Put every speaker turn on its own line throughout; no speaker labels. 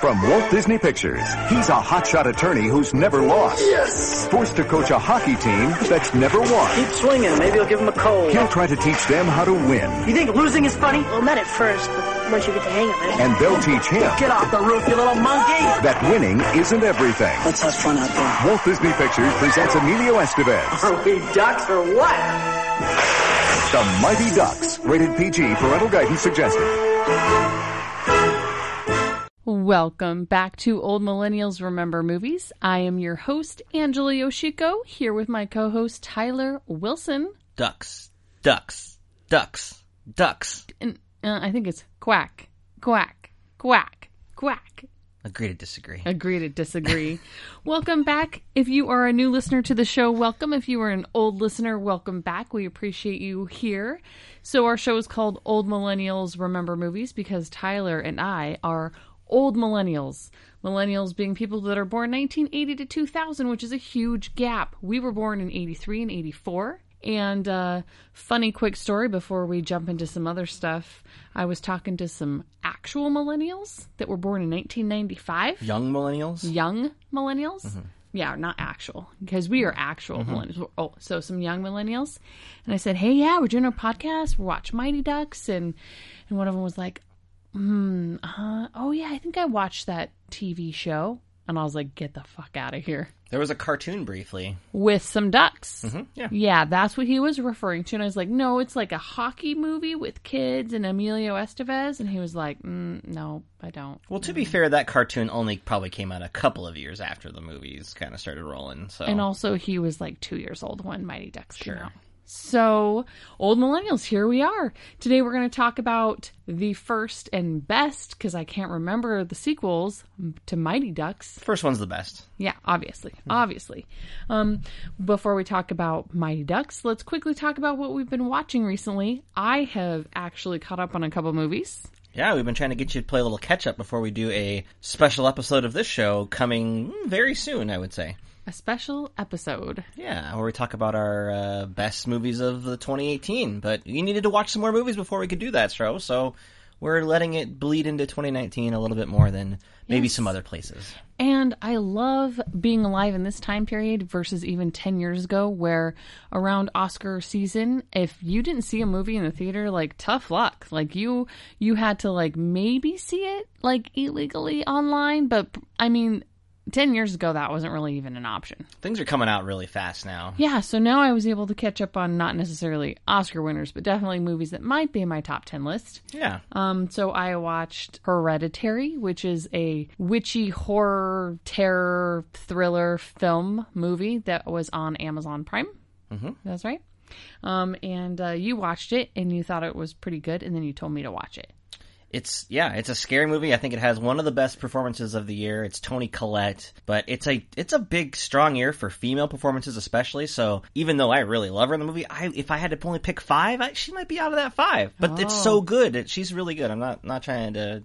From Walt Disney Pictures, he's a hotshot attorney who's never lost.
Yes!
Forced to coach a hockey team that's never won.
Keep swinging. Maybe he'll give him a cold.
He'll try to teach them how to win,
You think losing is funny?
Well, not at first, but once you get the hang of it.
and they'll teach him
Get off the roof, you little monkey!
that winning isn't everything.
Let's have fun out there.
Walt Disney Pictures presents Emilio Estevez,
Are we ducks or what?
The Mighty Ducks, rated PG, parental guidance suggested.
Welcome back to Old Millennials Remember Movies. I am your host, Angela Yoshiko, here with my co host, Tyler Wilson.
Ducks, ducks, ducks, ducks.
And uh, I think it's quack, quack, quack, quack.
Agree to disagree.
Agree to disagree. welcome back. If you are a new listener to the show, welcome. If you are an old listener, welcome back. We appreciate you here. So, our show is called Old Millennials Remember Movies because Tyler and I are old millennials. Millennials being people that are born 1980 to 2000, which is a huge gap. We were born in 83 and 84. And uh, funny quick story before we jump into some other stuff. I was talking to some actual millennials that were born in 1995
Young millennials?
young millennials.
Mm-hmm.
Yeah, not actual, because we are actual millennials. We're- Oh, so some young millennials. And I said, hey, yeah, we're doing our podcast. We're watching Mighty Ducks. And, and one of them was like, hmm, uh, oh, yeah, I think I watched that TV show. And I was like, get the fuck out of here
There was a cartoon briefly.
with some ducks.
Mm-hmm. yeah.
that's what he was referring to. And I was like, no, it's like a hockey movie with kids and Emilio Estevez. And he was like, mm, no, I don't.
Well, to be fair, that cartoon only probably came out a couple of years after the movies kind of started rolling. So
And also, he was like two years old when Mighty Ducks came out. So, old millennials, here we are. Today, we're going to talk about the first and best, because I can't remember the sequels to Mighty Ducks.
first one's the best.
Yeah, obviously. Obviously. Um, before we talk about Mighty Ducks, let's quickly talk about what we've been watching recently. I have actually caught up on a couple movies.
Yeah, we've been trying to get you to play a little catch up before we do a special episode of this show coming mm, very soon, I would say.
A special episode.
Yeah, where we talk about our uh, best movies of the 2018. But you needed to watch some more movies before we could do that show, so we're letting it bleed into 2019 a little bit more than maybe some other places.
And I love being alive in this time period versus even 10 years ago, where around Oscar season, if you didn't see a movie in the theater, like tough luck. Like you, you had to like maybe see it like illegally online. But I mean, 10 years ago, that wasn't really even an option.
Things are coming out really fast now.
Yeah. So now I was able to catch up on not necessarily Oscar winners, but definitely movies that might be in my top 10 list.
Yeah.
Um, so I watched Hereditary, which is a witchy horror, terror, thriller film movie that was on Amazon Prime. Mm-hmm. That's right. Um, and uh, you watched it and you thought it was pretty good, and then you told me to watch it.
It's yeah, it's a scary movie. I think it has one of the best performances of the year. It's Tony Collette, but it's a it's a big strong year for female performances especially. So even though I really love her in the movie, I if I had to only pick 5, I, she might be out of that 5. But it's
Oh.
so good. It, she's really good. I'm not not trying to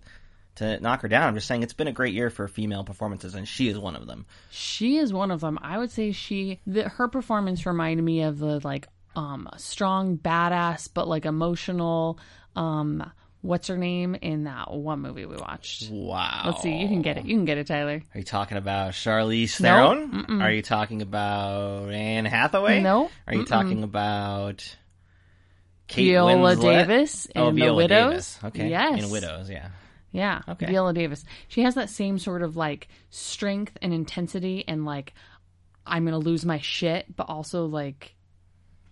to knock her down. I'm just saying it's been a great year for female performances and she is one of them.
She is one of them. I would say she that her performance reminded me of the like um strong badass but like emotional um what's her name in that one movie we watched.
Wow.
Let's see, you can get it. You can get it, Tyler.
Are you talking about Charlize Theron? Are you talking about Anne Hathaway?
No.
Are you talking about Kate
Viola
Winslet?
Davis in
oh,
The
Viola
Widows.
Davis. Okay.
Yes.
In Widows, yeah.
Yeah.
Okay.
Viola Davis. She has that same sort of like strength and intensity and like I'm gonna lose my shit, but also like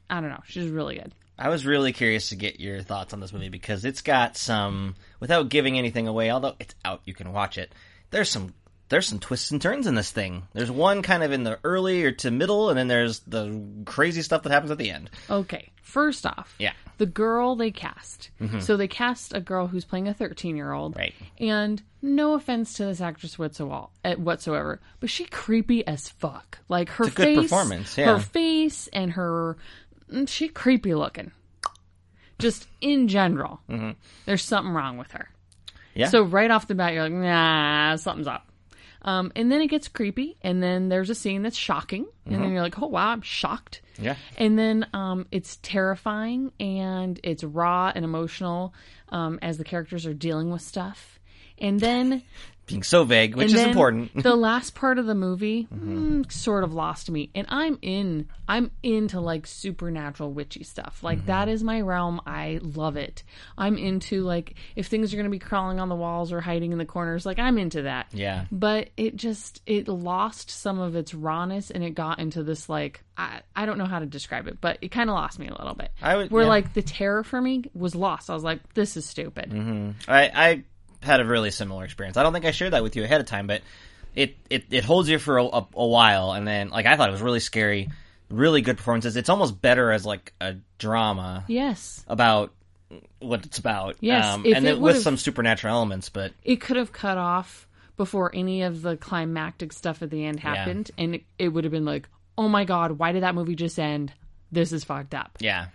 I don't know. She's really good.
I was really curious to get your thoughts on this movie because it's got some, without giving anything away, although it's out, you can watch it. There's some, there's some twists and turns in this thing. There's one kind of in the early or to middle, and then there's the crazy stuff that happens at the end.
Okay. First off,
Yeah. Mm-hmm.
the girl they cast. So they cast a girl who's playing a 13 year old.
Right.
And no offense to this actress whatsoever, eh, whatsoever, but she creepy as fuck. Like her
It's a good
face,
performance,
her
yeah.
face and her, mm, she creepy looking. Just in general, there's something wrong with her.
Mm-hmm. Yeah.
So right off the bat, you're like, nah, something's up. Um, and then it gets creepy, and then there's a scene that's shocking, and then you're like, oh wow, I'm shocked.
Mm-hmm. Yeah.
And then um, it's terrifying and it's raw and emotional um, as the characters are dealing with stuff. And then
Being so vague, which
and
is
then
important.
the last part of the movie mm, sort of lost me, and I'm in. I'm into like supernatural witchy stuff. Like
Mm-hmm.
that is my realm. I love it. I'm into like if things are going to be crawling on the walls or hiding in the corners, like I'm into that.
Yeah.
But it just it lost some of its rawness, and it got into this like I I don't know how to describe it, but it kind of lost me a little bit.
I would-
where
yeah.
like the terror for me was lost. I was like, this is stupid.
Mm-hmm. I, I had a really similar experience. I don't think I shared that with you ahead of time, but it it, it holds you for a, a, a while, and then like I thought it was really scary, really good performances. It's almost better as like a drama
Yes.
about what it's about. um,
Yes, if
and
it
then with
would've-
some supernatural elements, but
it could have cut off before any of the climactic stuff at the end happened and it, it would have been like oh my god why did that movie just end this is fucked up
yeah,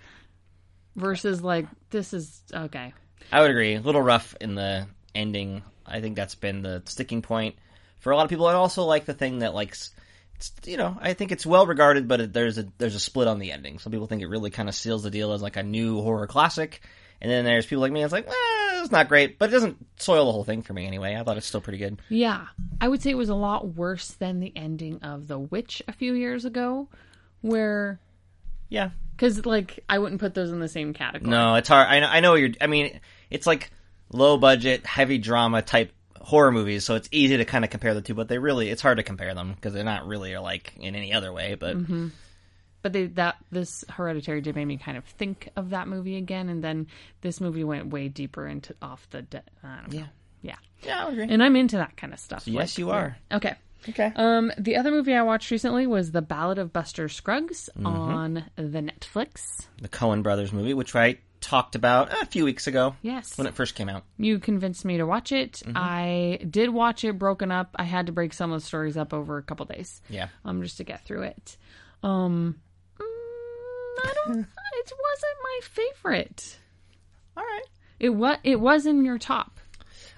versus like this is okay
I would agree. A little rough in the ending. I think that's been the sticking point for a lot of people. And also like the thing that like, s- it's, you know, I think it's well regarded, but it, there's a there's a split on the ending. Some people think it really kind of seals the deal as like a new horror classic, and then there's people like me. It's like, eh, it's not great, but it doesn't soil the whole thing for me anyway. I thought it's still pretty good.
yeah i would say it was a lot worse than the ending of the witch a few years ago where
Yeah,
because like i wouldn't put those in the same category
No, it's hard. I know. I know what you're. I mean, it's like low budget, heavy drama type horror movies, so it's easy to kind of compare the two. But they really, it's hard to compare them because they're not really alike in any other way. But
but they, that this hereditary did make me kind of think of that movie again and then this movie went way deeper into off the de- I don't know. yeah yeah
yeah, I agree.
and I'm into that kind of stuff.
yes, you are.
Okay.
Okay.
Um, the other movie I watched recently was The Ballad of Buster Scruggs
Mm-hmm.
on the Netflix.
The Cohen Brothers movie, which I talked about a few weeks ago.
Yes.
when it Mm-hmm. first came out.
You convinced me to watch it. I did watch it broken up. I had to break some of the stories up over a couple days.
Yeah.
Um, just to get through it. Um, mm, I don't. it wasn't my favorite.
All right.
It was. It was in your top.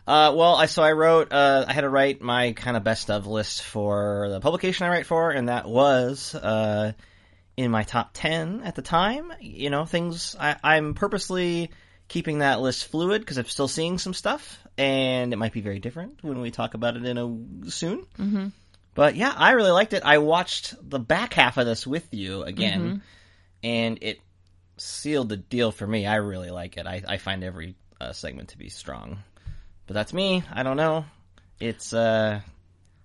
Uh, well, I so I wrote. Uh, I had to write my kind of best of list for the publication I write for, and that was uh, in my top ten at the time. You know, things I, I'm purposely keeping that list fluid because I'm still seeing some stuff, and it might be very different when we talk about it in a soon. Mm-hmm. But yeah, I really liked it. I watched the back half of this with you again, and it sealed the deal for me. I really like it. I, I find every uh, segment to be strong. But that's me. I don't know. It's uh,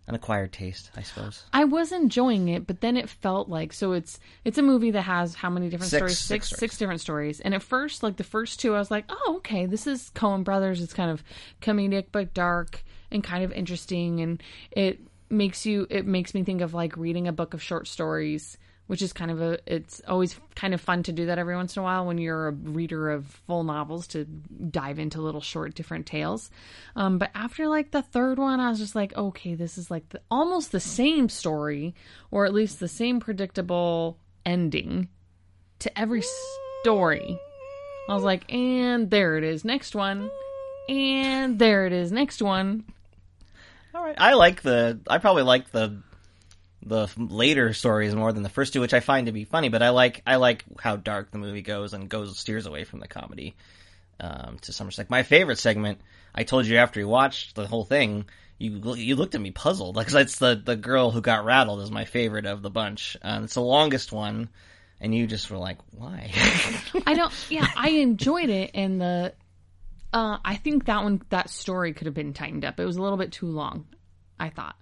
an acquired taste, I suppose.
I was enjoying it, but then it felt like so it's it's a movie that has how many different
Six-
stories?
six
Six,
stories.
six different stories. And at first, like the first two, I was like, oh, okay, this is Cohen Brothers. It's kind of comedic but dark and kind of interesting, and it makes you. It makes me think of like reading a book of short stories. Which is kind of a, it's always kind of fun to do that every once in a while when you're a reader of full novels to dive into little short different tales. Um, but after like the third one, I was just like, okay, this is like the, almost the same story, or at least the same predictable ending to every story. I was like, and there it is, next one, and there it is, next one.
All right. I like the. I probably like the the later stories more than the first two, which I find to be funny. But I like I like how dark the movie goes and goes steers away from the comedy. Um, to some extent, my favorite segment. I told you after you watched the whole thing, you you looked at me puzzled because it's the the girl who got rattled is my favorite of the bunch. Um, it's the longest one, and you just were like, why?
I don't. Yeah, I enjoyed it, and the uh, I think that one that story could have been tightened up. It was a little bit too long. I thought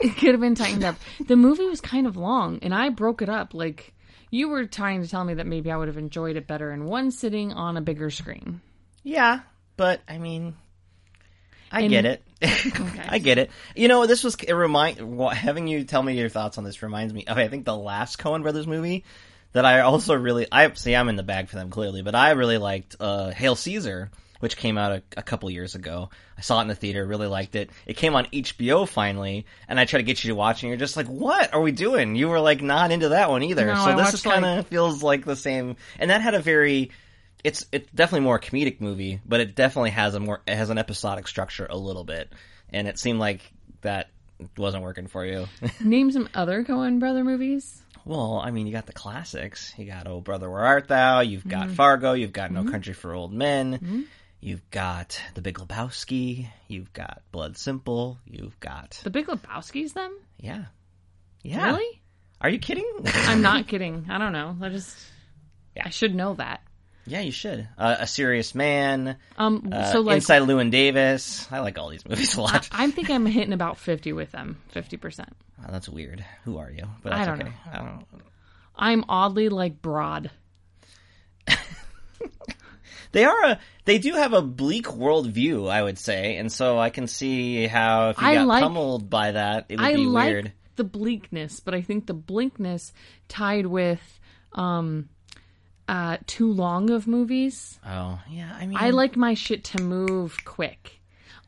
it could have been tightened up. The movie was kind of long, and I broke it up. Like you were trying to tell me that maybe I would have enjoyed it better in one sitting on a bigger screen.
Yeah, but I mean, I get it. I get it. You know, this was it remind wa- having you tell me your thoughts on this reminds me. of I think the last Coen Brothers movie that I also really I see I'm in the bag for them clearly, but I really liked uh, Hail Caesar. Which came out a, a couple years ago. I saw it in the theater, really liked it. It came on HBO finally, and I tried to get you to watch, and you're just like, "What are we doing?" You were like not into that one either.
No,
so
I
this is
watched,
kind of feels like the same, and that had a very it's it's definitely more a comedic movie, but it definitely has a more it has an episodic structure a little bit, and it seemed like that wasn't working for you.
Name some other Coen Brother movies.
well, I mean, you got the
Mm-hmm.
classics. You got Oh Brother Where Art Thou. You've got Fargo. You've got No Country for Old Men. You've got The Big Lebowski. You've got Blood Simple. You've got
The Big Lebowski's them?
yeah, yeah.
Really?
Are you kidding?
I'm not kidding. I don't know. I just
Yeah.
I should know that.
yeah, you should. Uh, a Serious Man.
Um
Uh,
so like
Inside Llewyn Davis. I like all these movies a lot.
I think I'm hitting about 50 with them, 50%.
Wow, Ah, that's weird. Who are you? But
I
that's
don't
okay.
know.
I don't.
I'm oddly like broad.
They are a. They do have a bleak worldview, I would say, and so I can see how if you
I
got
like-
pummeled by that, it would
I
be
like
weird.
the bleakness, but I think the bleakness tied with um uh too long of movies
Oh, yeah. I mean,
I like my shit to move quick.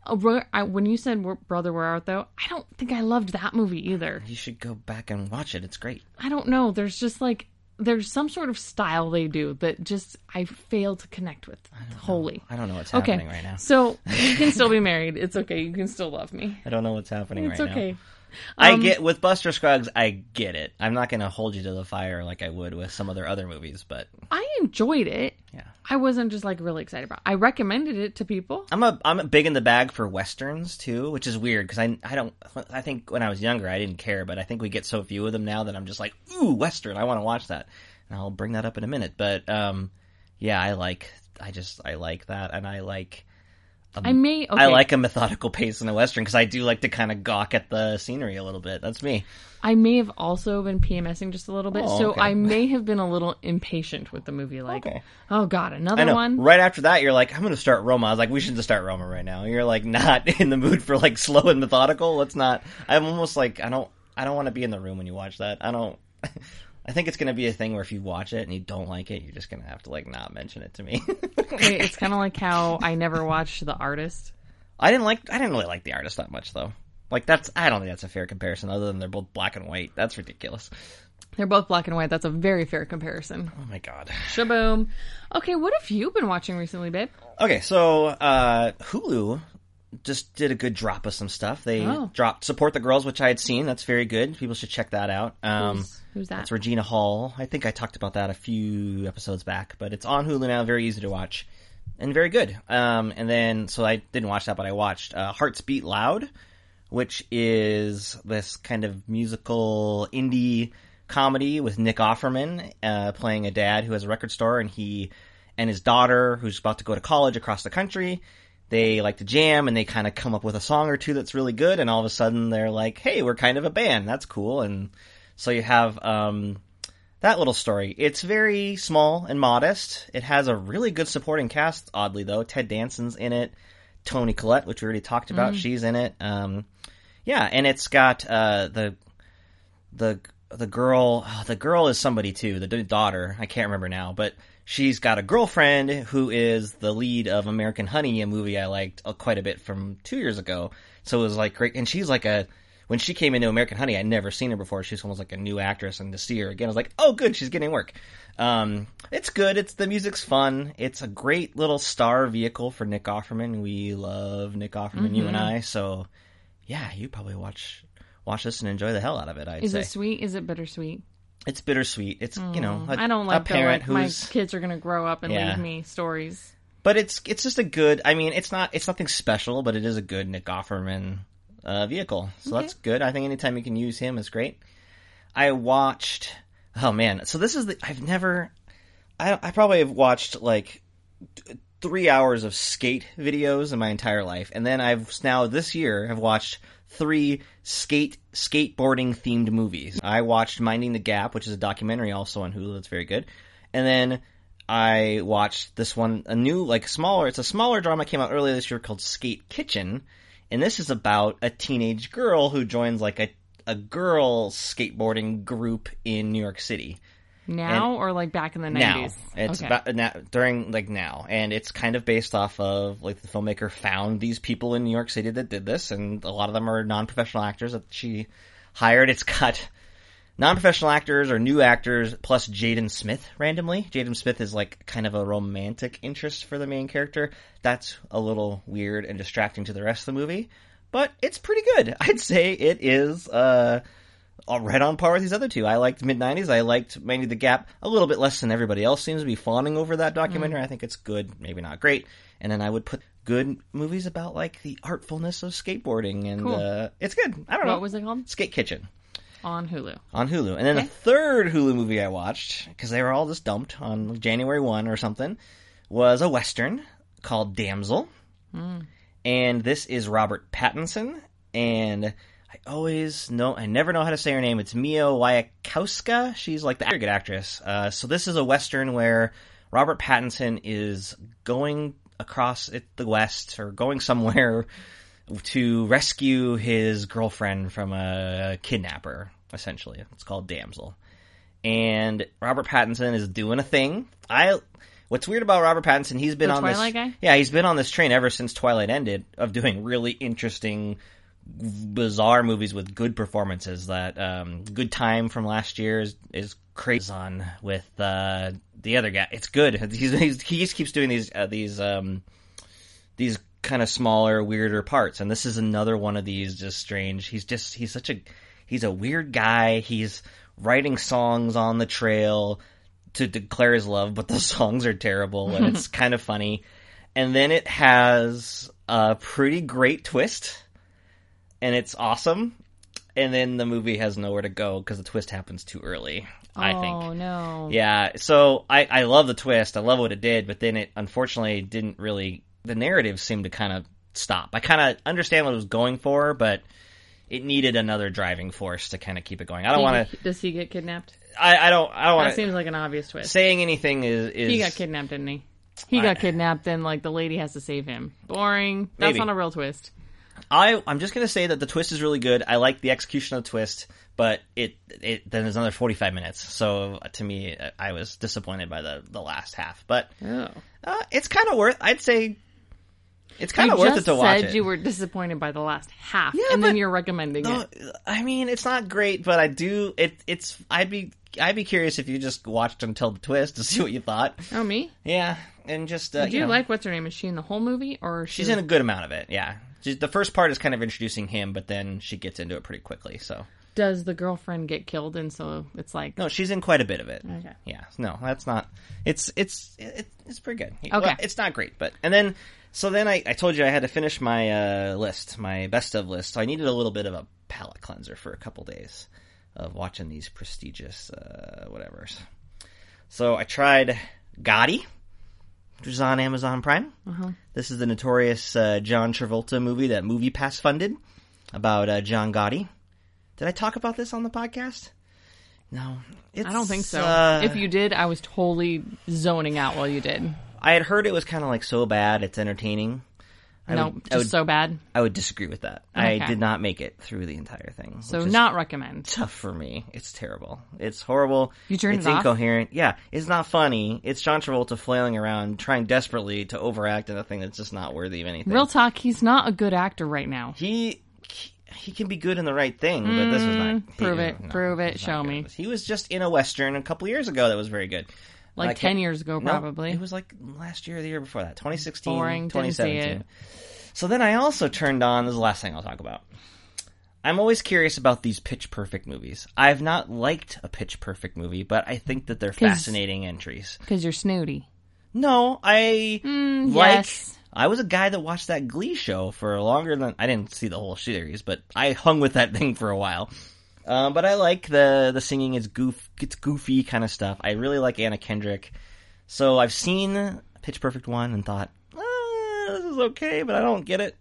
Uh, where- I- When you said Where- Brother Where Art Thou, I don't think I loved that movie either.
You should go back and watch it. It's great.
I don't know. There's just like there's some sort of style they do that just I fail to connect with wholly.
I don't know what's
Okay,
happening right now.
so you can still be married. It's okay. You can still love me.
I don't know what's happening
It's
right now.
okay. Um,
I get with Buster Scruggs. I get it. I'm not going to hold you to the fire like I would with some of their other movies, but
I enjoyed it.
yeah.
I wasn't just like really excited about. It. I recommended it to people.
I'm a I'm a big in the bag for westerns too, which is weird because I I don't I think when I was younger I didn't care, but I think we get so few of them now that I'm just like ooh western, I want to watch that, and I'll bring that up in a minute. But um, yeah, I like I just I like that, and I like
I may. Okay.
Um, I like a methodical pace in a western because I do like to kind of gawk at the scenery a little bit. That's me.
I may have also been PMSing just a little bit,
Oh,
so
okay.
I may have been a little impatient with the movie. Like,
Okay.
oh god,
I
another
know.
one.
Right after that, you're like, I'm going to start Roma. I was like, we should just start Roma right now. You're like, not in the mood for like slow and methodical. Let's not. I'm almost like, I don't, I don't want to be in the room when you watch that. I don't. I think it's going to be a thing where if you watch it and you don't like it, you're just going to have to like not mention it to me.
It- It's kind of like how I never watched The Artist.
I didn't like, I didn't really like the artist that much though. Like that's, I don't think that's a fair comparison. Other than they're both black and white, that's ridiculous.
They're both black and white. That's a very fair comparison.
Oh my god.
Shaboom. Okay, what have you been watching recently, babe?
Okay, so uh, Hulu just did a good drop of some stuff. They
Oh.
dropped "Support the Girls," which I had seen. That's very good. People should check that out. Um,
Who's- who's that?
That's Regina Hall. I think I talked about that a few episodes back, but it's on Hulu now. Very easy to watch and very good. Um, and then so I didn't watch that, but I watched uh, "Hearts Beat Loud," which is this kind of musical indie comedy with Nick Offerman uh, playing a dad who has a record store, and he and his daughter, who's about to go to college across the country, they like to jam, and they kind of come up with a song or two that's really good, and all of a sudden they're like, "Hey, we're kind of a band. That's cool." And so you have um, that little story. It's very small and modest. It has a really good supporting cast, oddly though. Ted Danson's in it. Tony Collette, which we already talked about, she's in it. Um, yeah, and it's got uh, the the the girl. oh, the girl is somebody too. The d- daughter, I can't remember now, but she's got a girlfriend who is the lead of American Honey, a movie I liked uh, quite a bit from two years ago. So it was like great, and she's like a. When she came into American Honey, I'd never seen her before. She's almost like a new actress, and to see her again, I was like, "Oh, good, she's getting work." Um, it's good. It's the music's fun. It's a great little star vehicle for Nick Offerman. We love Nick Offerman, you and
Mm-hmm.
I. So yeah, you probably watch watch this and enjoy the hell out of it. I'd
Is
say
it sweet? Is it bittersweet?
it's bittersweet. It's you know I
Mm, I don't like
a
the,
parent
like, my
who's
kids are gonna grow up and
Yeah.
leave me stories.
but it's it's just a good. I mean, it's not it's nothing special, but it is a good Nick Offerman uh, vehicle. So that's good. I think anytime you can use him is great. I watched. Oh man, so this is the I've never. I I probably have watched like th- three hours of skate videos in my entire life, and then I've now this year have watched three skate skateboarding themed movies. I watched Minding the Gap, which is a documentary also on Hulu that's very good, and then I watched this one, a new, like, smaller, it's a smaller drama came out earlier this year called Skate Kitchen. And this is about a teenage girl who joins, like, a, a girl skateboarding group in New York City.
Now or like back in the
Now.
nineties?
It's about now, during, like, now. And it's kind of based off of, like, the filmmaker found these people in New York City that did this. And a lot of them are non professional actors that she hired. It's got non-professional actors or new actors plus Jaden Smith randomly. Jaden Smith is like kind of a romantic interest for the main character. That's a little weird and distracting to the rest of the movie, but it's pretty good. I'd say it is uh all right on par with these other two. I liked mid '90s. I liked Mandy
Mm.
the Gap a little bit less than everybody else seems to be fawning over that documentary. I think it's good, maybe not great. and then I would put good movies about like the artfulness of skateboarding, and
Cool.
uh, it's good. I don't know
What was it called?
Skate Kitchen
on Hulu.
on Hulu. And then the third Hulu movie I watched, because they were all just dumped on January 1 or something, was a Western called Damsel. And this is Robert Pattinson. And I always know, I never know how to say her name. It's Mia Wyakowska. She's like the very good actress. Uh, so this is a Western where Robert Pattinson is going across it, the West or going somewhere to rescue his girlfriend from a kidnapper, essentially. It's called Damsel. And Robert Pattinson is doing a thing. I what's weird about Robert Pattinson, he's been
The
on
Twilight
this
guy?
Yeah, he's been on this train ever since Twilight ended of doing really interesting bizarre movies with good performances. That um, Good Time from last year is, is crazy on with uh, the other guy. It's good. He's, he's, he just keeps doing these uh, these um, these kind of smaller, weirder parts. And this is another one of these just strange. He's just he's such a he's a weird guy. He's writing songs on the trail to declare his love, but the songs are terrible and it's kind of funny. And then it has a pretty great twist and it's awesome. And then the movie has nowhere to go because the twist happens too early. I think.
Oh no.
Yeah, so I, I love the twist. I love what it did, but then it unfortunately didn't really. The narrative seemed to kind of stop. I kind of understand what it was going for, but it needed another driving force to kind of keep it going. I don't want to.
Does he get kidnapped?
I, I don't. I don't
That
want to.
seems like an obvious twist.
Saying anything is is
He got kidnapped, didn't he? He got kidnapped, and like the lady has to save him. Boring. That's
Maybe.
not a real twist.
I I'm just gonna say that the twist is really good. I like the execution of the twist, but it it then there's another 45 minutes. So uh, to me, I- I was disappointed by the the last half. But
Oh.
uh, it's kind of worth. I'd say it's kind
You
of worth
just
it to watch
said
it.
you were disappointed by the last half,
Yeah,
and then
but-
you're recommending
No,
it.
I mean it's not great, but I do. It it's I'd be I'd be curious if you just watched until the twist to see what you thought.
Oh, me?
Yeah, and just uh,
Do
you
you
know,
like what's her name? Is she in the whole movie, or is she
she's in a good amount of it. Yeah, She's- the first part is kind of introducing him, but then she gets into it pretty quickly. So
does the girlfriend get killed? And so it's like,
no, she's in quite a bit of it.
Okay.
Yeah, no, that's not. It's it's it, it's pretty good. Okay,
Okay.
it's not great, but and then so then I, I told you I had to finish my uh, list, my best of list. So I needed a little bit of a palate cleanser for a couple days of watching these prestigious uh, whatever's. So I tried Gotti, which is on Amazon Prime.
Uh-huh.
This is the notorious uh, John Travolta movie that MoviePass funded about uh, John Gotti. Did I talk about this on the podcast? No, it's,
I don't think so.
uh,
if you did, I was totally zoning out while you did.
I had heard it was kind of like so bad it's entertaining. I
no,
would,
just
I would,
so bad.
I would disagree with that. I
Okay.
did not make it through the entire thing.
So
which is
not recommend.
tough for me. It's terrible. It's horrible.
You turned
it's
it off?
incoherent. Yeah, it's not funny. It's John Travolta flailing around trying desperately to overact in a thing that's just not worthy of anything.
Real talk, he's not a good actor right now.
he he can be good in the right thing, but this was not.
Mm, prove
he-
it. Prove it.
he's not
Show
good
me.
at this. He was just in a western a couple years ago that was very good.
Like,
Like,
10 years ago,
No,
probably.
it was like last year or the year before that, 2016,
Boring, didn't see
2017.
it.
So then I also turned on, this is the last thing I'll talk about. I'm always curious about these pitch perfect movies. I've not liked a pitch perfect movie, but I think that they're
'Cause-
fascinating entries.
Because you're snooty.
No, I like.
yes.
I was a guy that watched that Glee show for longer than I didn't see the whole series, but I hung with that thing for a while. Um, but I like the the singing is goof, it's goofy kind of stuff. I really like Anna Kendrick, so I've seen Pitch Perfect one and thought "Ah, this is okay, but I don't get it.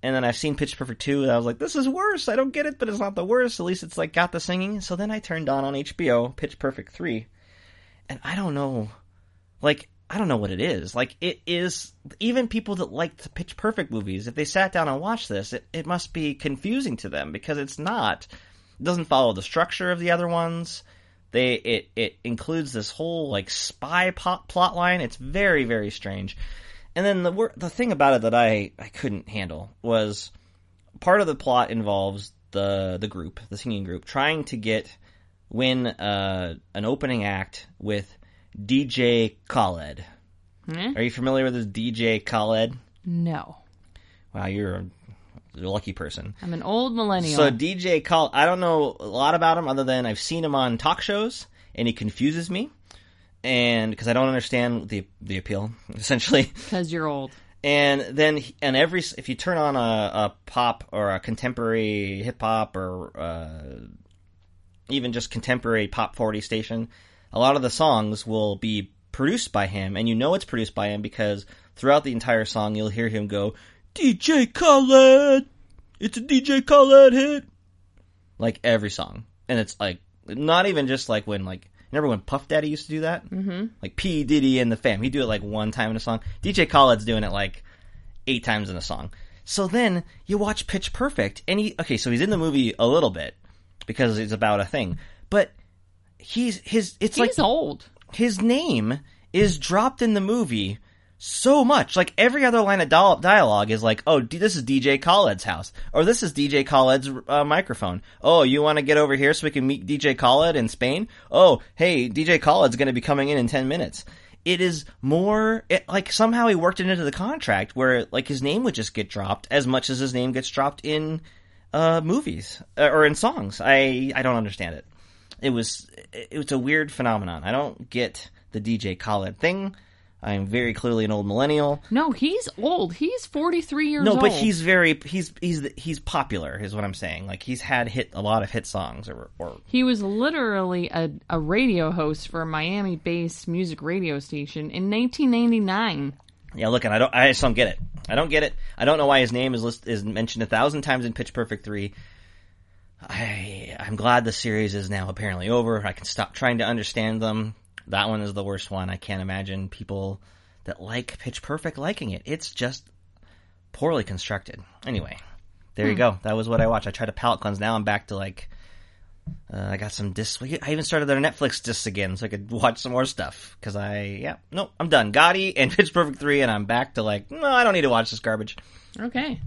And then I've seen Pitch Perfect two, and I was like, this is worse. I don't get it, but it's not the worst. At least it's like got the singing. So then I turned on on HBO Pitch Perfect three, and I don't know like I don't know what it is. Like it is even people that like the Pitch Perfect movies, if they sat down and watched this, it, it must be confusing to them because it's not. It doesn't follow the structure of the other ones. They it it includes this whole like spy pop plot line. It's very very strange. And then the wor- the thing about it that I I couldn't handle was part of the plot involves the the group, the singing group, trying to get win uh, an opening act with DJ Khaled.
Hmm?
Are you familiar with this DJ Khaled?
No.
Wow, you're a you're a lucky person.
I'm an old millennial.
So DJ Khaled, I don't know a lot about him other than I've seen him on talk shows, and he confuses me, and because I don't understand the the appeal essentially.
Because you're old.
and then he- and every s- if you turn on a, a pop or a contemporary hip hop or uh, even just contemporary pop 40 station a lot of the songs will be produced by him and you know it's produced by him because throughout the entire song you'll hear him go dj khaled it's a dj khaled hit like every song and it's like not even just like when like remember when puff daddy used to do that mm-hmm. like p diddy and the fam he'd do it like one time in a song dj khaled's doing it like eight times in a song. So then you watch Pitch Perfect, and he okay, so he's in the movie a little bit because it's about a thing, but he's his it's like
He's old.
his name is dropped in the movie so much. Like every other line of dial- dialogue is like, "Oh, D- this is DJ Khaled's house," or "This is DJ Khaled's uh, microphone." Oh, you want to get over here so we can meet DJ Khaled in Spain? Oh, hey, DJ Khaled's going to be coming in in ten minutes. It is more it, like somehow he worked it into the contract where like his name would just get dropped as much as his name gets dropped in uh, movies uh, or in songs. I I don't understand it it was it was a weird phenomenon. I don't get the DJ Khaled thing. I am very clearly an old millennial.
No, he's old. He's 43 years
No,
old.
but he's very he's he's he's popular is what I'm saying. Like he's had hit a lot of hit songs or or
He was literally a, a radio host for a Miami based music radio station in 1999.
yeah. Look, and I don't I just don't get it. I don't get it. I don't know why his name is list, is mentioned a thousand times in Pitch Perfect three. I I'm glad the series is now apparently over. I can stop trying to understand them. That one is the worst one. I can't imagine people that like Pitch Perfect liking it. It's just poorly constructed. Anyway, there you go. That was what I watched. I tried to palate cleanse. Now I'm back to like uh, I got some discs. I even started their Netflix discs again, so I could watch some more stuff. Because I yeah no I'm done. Gotti and Pitch Perfect three, and I'm back to like no I don't need to watch this garbage.
Okay.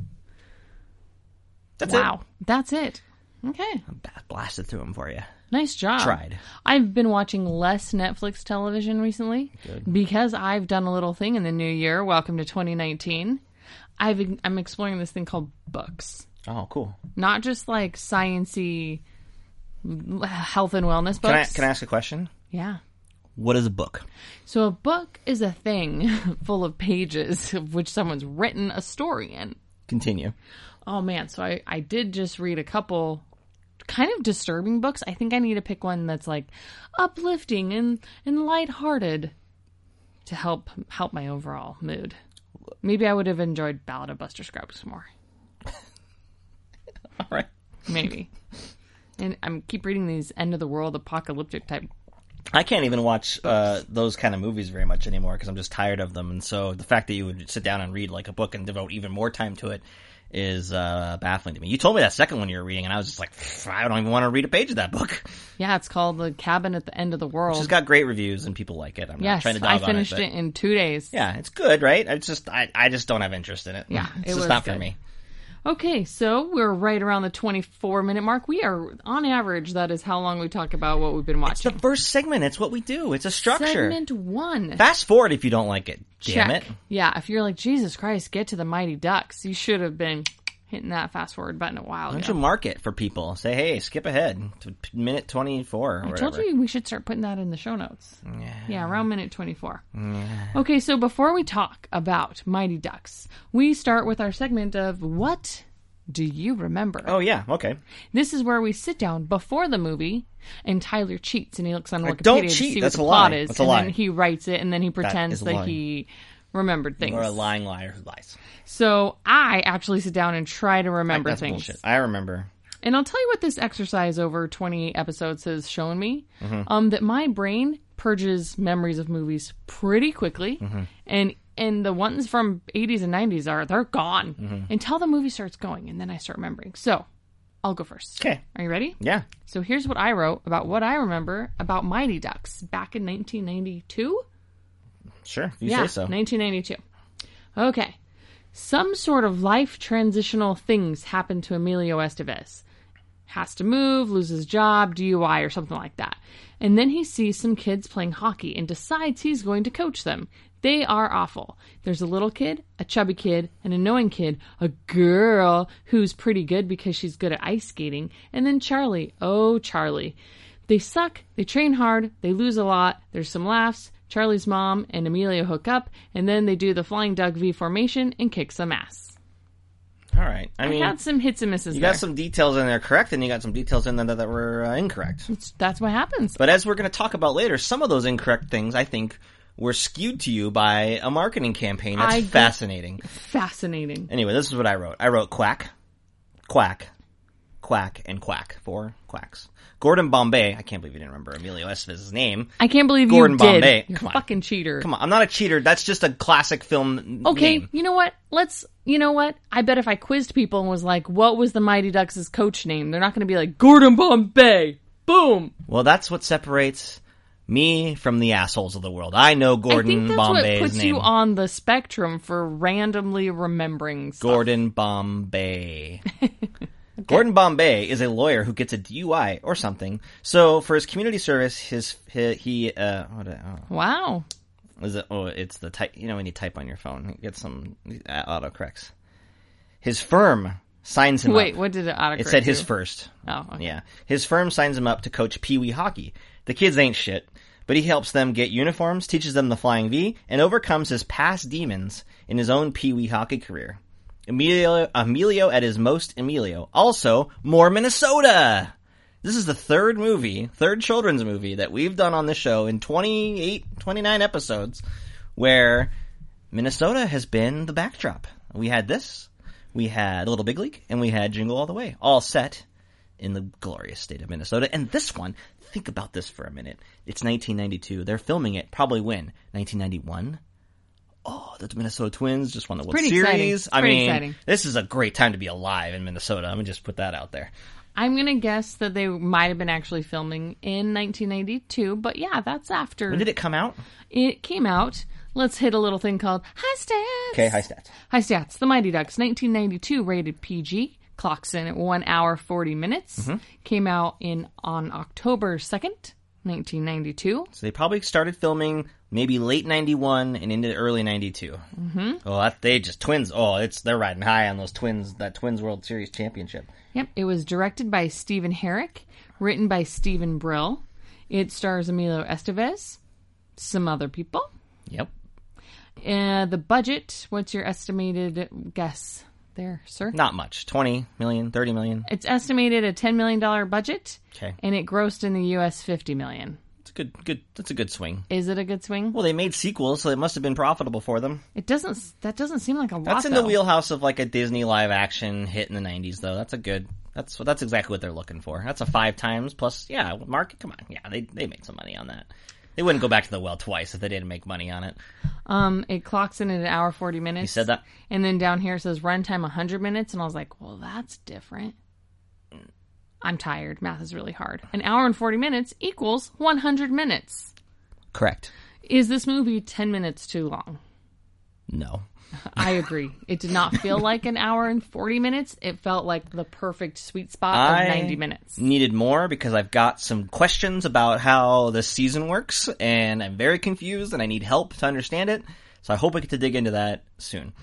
That's
wow. That's it. Okay.
it. Ba- Blasted through them for you.
Nice job.
Tried.
I've been watching less Netflix television recently because I've done a little thing in the new year. Welcome to 2019. I've, I'm exploring this thing called books.
Oh cool.
not just like sciency health and wellness books.
Can I, can I ask a question?
Yeah.
What is a book?
So a book is a thing full of pages of which someone's written a story in.
Continue.
Oh man, so I, I did just read a couple kind of disturbing books. I think I need to pick one that's like uplifting and, and lighthearted to help help my overall mood. Maybe I would have enjoyed Ballad of Buster Scruggs more.
All right.
Maybe. and I'm keep reading these end of the world apocalyptic type
I can't even watch uh, those kind of movies very much anymore because I'm just tired of them. And so the fact that you would sit down and read like a book and devote even more time to it is uh, baffling to me. You told me that second one you were reading, and I was just like, "Pff, I don't even want to read a page of that book.
Yeah, it's called The Cabin at the End of the World.
It's got great reviews and people like it. I'm not
yes,
trying to
I
dog
finished
on it.
it,
but-
in two days.
Yeah, it's good, right? It's just I, I just don't have interest in it.
Yeah, it
it's just
was
not for
good.
me.
Okay, so we're right around the 24 minute mark. We are, on average, that is how long we talk about what we've been
It's the
watching.
first segment. It's what we do. It's a structure.
Segment one.
Fast forward if you don't like it. Damn
Check.
it.
Yeah, if you're like, Jesus Christ, get to the Mighty Ducks, you should have been hitting that fast forward button a while
Why don't you
ago.
market for people? Say, hey, skip ahead to minute 24 or
I
whatever.
told you we should start putting that in the show notes. Yeah, around minute 24. Okay, so before we talk about Mighty Ducks, we start with our segment of What Do You Remember?
Oh, yeah. Okay.
This is where we sit down before the movie, and Tyler cheats, and he looks on Wikipedia
don't
to
cheat.
see
That's
what the
a
plot
lie.
is,
That's a
and
lie.
then he writes it, and then he pretends
is a
that,
lie.
he remembered things.
Or a lying liar who lies.
So I actually sit down and try to remember
That's
things.
bullshit. I remember.
And I'll tell you what this exercise over 20 episodes has shown me
Mm-hmm.
um, that my brain purges memories of movies pretty quickly.
Mm-hmm.
And and the ones from 80s and 90s are they're gone
Mm-hmm.
until the movie starts going and then I start remembering. So, I'll go first.
Okay.
Are you ready?
Yeah.
So here's what I wrote about what I remember about Mighty Ducks back in 1992.
Sure. If you
yeah,
say so.
1992. Okay. Some sort of life transitional things happen to Emilio Estevez. Has to move, loses job, DUI, or something like that. And then he sees some kids playing hockey and decides he's going to coach them. They are awful. There's a little kid, a chubby kid, an annoying kid, a girl who's pretty good because she's good at ice skating, and then Charlie. Oh, Charlie. They suck, they train hard, they lose a lot, there's some laughs, Charlie's mom and Emilio hook up, and then they do the flying duck V formation and kick some ass.
All right. I mean,
got some hits and misses
you
there.
got some details in there correct, and you got some details in there that were uh, incorrect.
It's- That's what happens.
But as we're going to talk about later, some of those incorrect things I think were skewed to you by a marketing campaign. That's
I get-
fascinating.
Fascinating.
Anyway, this is what I wrote. I wrote quack, quack, quack, and quack. Four quacks. Gordon Bombay. I can't believe you didn't remember Emilio Estevez's name.
I can't believe
Gordon
you did.
Bombay.
You're
Come on.
a fucking cheater.
Come on, I'm not a cheater. That's just a classic film.
Okay,
name.
you know what? Let's. You know what? I bet if I quizzed people and was like, "What was the Mighty Ducks' coach name?" They're not going to be like Gordon Bombay. Boom.
Well, that's what separates me from the assholes of the world. I know Gordon
I think that's
Bombay's
what puts
name.
you on the spectrum for randomly remembering. Stuff.
Gordon Bombay. Gordon Bombay is a lawyer who gets a DUI or something. So for his community service, his he, he uh what did I-
Wow.
oh, is it oh it's the type you know when you type on your phone you get some uh, autocorrects. His firm signs him
Wait,
up.
what did it autocorrect?
It said his
to?
first.
Oh, okay.
Yeah. His firm signs him up to coach Pee Wee hockey. The kids ain't shit, but he helps them get uniforms, teaches them the flying V, and overcomes his past demons in his own Pee Wee hockey career. Emilio, Emilio at his most Emilio. Also, more Minnesota! This is the third movie, third children's movie that we've done on this show in 28, 29 episodes where Minnesota has been the backdrop. We had this, we had Little Big League, and we had Jingle All the Way, all set in the glorious state of Minnesota. And this one, think about this for a minute. It's 1992. They're filming it probably when? 1991? Oh, the Minnesota Twins just won the World
pretty
Series.
exciting. It's
I
pretty
mean,
exciting.
this is a great time to be alive in Minnesota. I'm going to just put that out there.
I'm gonna guess that they might have been actually filming in 1992, but yeah, that's after
When did it come out?
it came out. Let's hit a little thing called High Stats.
Okay, high stats.
Hi, Stats. The Mighty Ducks, 1992, rated PG. Clocks in at 1 hour 40 minutes.
Mm-hmm.
Came out in on October 2nd, 1992.
So they probably started filming maybe late '91 and into early '92. Mm-hmm. Oh, that, they just twins. Oh, it's they're riding high on those twins. That Twins World Series championship.
Yep. It was directed by Stephen Herrick, written by Stephen Brill. It stars Emilio Estevez, some other people.
Yep.
Uh, the budget, what's your estimated guess there, sir?
Not much. 20 million, 30 million.
It's estimated a $10 million budget,
Okay.
and it grossed in the U.S. $50 million.
It's a good, good. That's a good swing.
Is it a good swing?
Well, they made sequels, so it must have been profitable for them.
It doesn't. That doesn't seem like a lot.
That's in
though.
the wheelhouse of like a Disney live action hit in the '90s, though. That's a good. That's that's exactly what they're looking for. That's a five times plus. Yeah, market. Come on. Yeah, they they made some money on that. They wouldn't go back to the well twice if they didn't make money on it.
Um, it clocks in at an hour forty minutes. You
said that.
and then down here it says runtime hundred minutes, and I was like, well, that's different. I'm tired. Math is really hard. An hour and forty minutes equals one hundred minutes.
Correct.
Is this movie ten minutes too long?
No.
I agree. It did not feel like an hour and forty minutes. It felt like the perfect sweet spot
I
of ninety minutes.
Needed more because I've got some questions about how this season works, and I'm very confused, and I need help to understand it. So I hope we get to dig into that soon.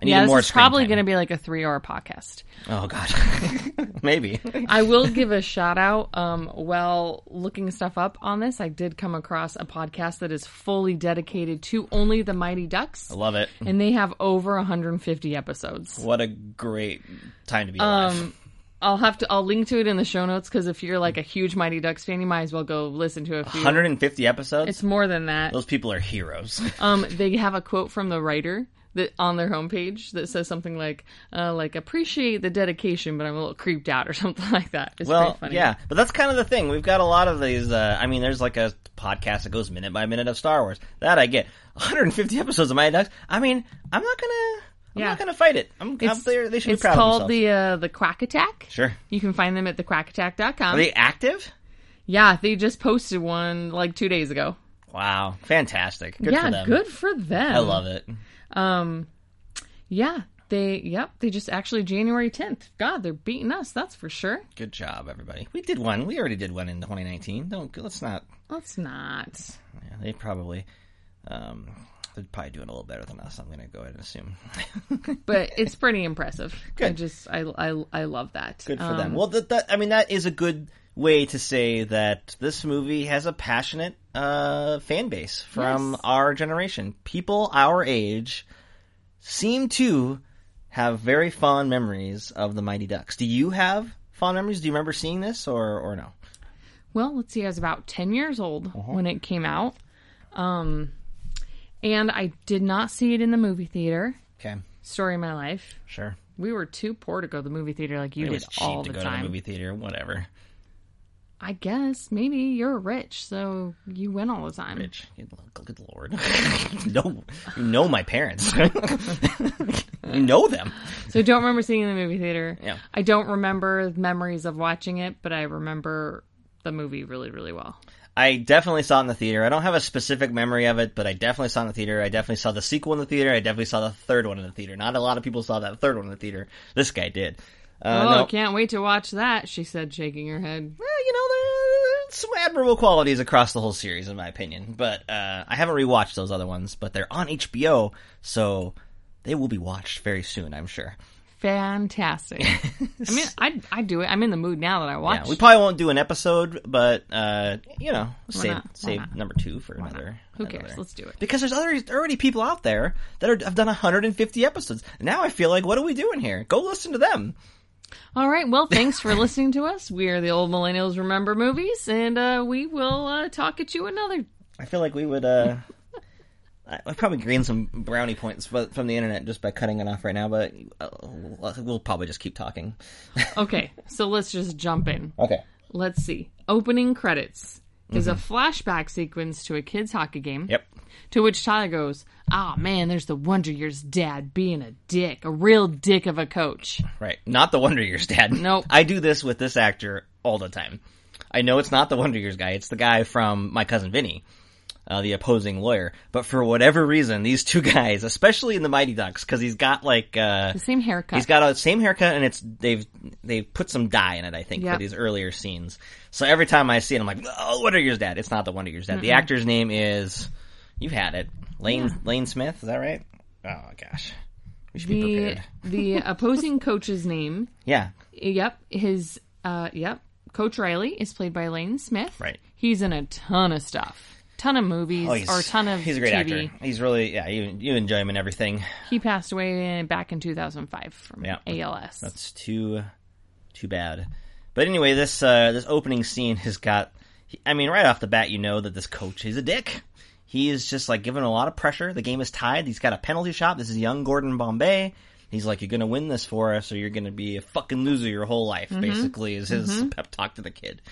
I needed
Yeah,
more
this is probably going to
to
be like a three-hour podcast.
Oh god, maybe.
I will give a shout out. Um, while looking stuff up on this, I did come across a podcast that is fully dedicated to only the Mighty Ducks,
I love it.
and they have over 150 episodes.
What a great time to be alive.
I'll have to. I'll link to it in the show notes because if you're like a huge Mighty Ducks fan, you might as well go listen to a few.
150 episodes.
Um, It's more than that.
Those people are heroes.
Um, they have a quote from the writer that on their homepage that says something like, uh, "Like appreciate the dedication, but I'm a little creeped out" or something like that. It's
well,
pretty funny.
yeah, but that's kind of the thing. We've got a lot of these. Uh, I mean, there's like a podcast that goes minute by minute of Star Wars. That I get. 150 episodes of my ducks. I mean, I'm not gonna. I'm
Yeah.
not gonna fight it. I'm. I'm
It's-
they they should
it's
be proud
called
of themselves.
the uh, the Quack Attack.
Sure.
You can find them at thequackattack.com.
Are they active?
yeah, they just posted one like two days ago.
Wow, fantastic. Good
yeah,
for them.
good for them.
I love it.
Um, yeah, they yep, they just actually January tenth. God, they're beating us. That's for sure.
Good job, everybody. We did one. We already did one in 2019. Don't let's not.
Let's not.
Yeah, they probably. Um, they're probably doing a little better than us. I'm gonna go ahead and assume.
But it's pretty impressive. I
Good.
just I I, I love that.
Good for
Um,
them. Well, that, that I mean, that is a good way to say that this movie has a passionate uh, fan base from
Yes.
our generation. People our age seem to have very fond memories of the Mighty Ducks. Do you have fond memories? Do you remember seeing this or or no?
Well, let's see. I was about 10 years old
Uh-huh.
when it came out. Um, and I did not see it in the movie theater.
Okay,
Story of my life.
sure.
We were too poor to go to the movie theater like you
It
did
was
all
cheap to
the
go to
time.
the movie theater. Whatever.
I guess maybe you're rich, so you win all the time.
Rich. Good l- good lord. no, you know my parents. you know them.
So I don't remember seeing it in the movie theater.
Yeah.
I don't remember memories of watching it, but I remember the movie really, really well.
I definitely saw it in the theater. I don't have a specific memory of it, but I definitely saw it in the theater. I definitely saw the sequel in the theater. I definitely saw the third one in the theater. Not a lot of people saw that third one in the theater. This guy did. Uh,
oh,
no.
can't wait to watch that, she said, shaking her head.
Eh, you know, there's some admirable qualities across the whole series, in my opinion. But uh, I haven't rewatched those other ones, but they're on HBO, so they will be watched very soon, I'm sure.
Fantastic. I mean, I I do it. I'm in the mood now that I watch.
Yeah, we probably won't do an episode, but uh, you know, save
not? Why
save
not?
number two for another.
Who cares?
another-
Let's do it.
because there's other already people out there that are, have done 150 episodes. Now I feel like, what are we doing here? Go listen to them.
All right. Well, thanks for listening to us. We are the old millennials remember movies, and uh, we will uh, talk at you another.
I feel like we would. uh I- I'd probably gain some brownie points fro- from the internet just by cutting it off right now, but uh, we'll probably just keep talking.
Okay, so let's just jump in.
Okay.
Let's see. Opening credits is a flashback sequence to a kids' hockey game.
Mm-hmm. Yep.
To which Tyler goes, "Ah, man, there's the Wonder Years dad being a dick, a real dick of a coach."
Right. Not the Wonder Years dad.
Nope.
I do this with this actor all the time. I know it's not the Wonder Years guy. It's the guy from My Cousin Vinny, uh, the opposing lawyer. But for whatever reason, these two guys, especially in the Mighty Ducks, because he's got like uh,
The same haircut.
He's got a same haircut, and it's they've they've put some dye in it, I think, for
Yep.
these earlier scenes. So every time I see it, I'm like, "Oh, Wonder Years Dad." It's not the Wonder Years Dad. The actor's name is you had it, Lane Lane Smith. Is that right? Oh gosh, we should be
the
prepared.
the opposing coach's name
Yeah,
Yep, his uh yep. Coach Riley is played by Lane Smith.
Right.
He's in a ton of stuff. Ton of movies
oh, he's
or a ton of
he's a great
TV.
actor. He's really yeah, you you enjoy him in everything.
He passed away in, back in 2005 from
Yeah.
ALS.
That's too too bad. But anyway, this uh, this opening scene has got. I mean, right off the bat, you know that this coach he's a dick. He is just like given a lot of pressure. The game is tied. He's got a penalty shot. This is young Gordon Bombay. He's like, you're gonna win this for us, or you're gonna be a fucking loser your whole life. Basically, is his pep talk to the kid.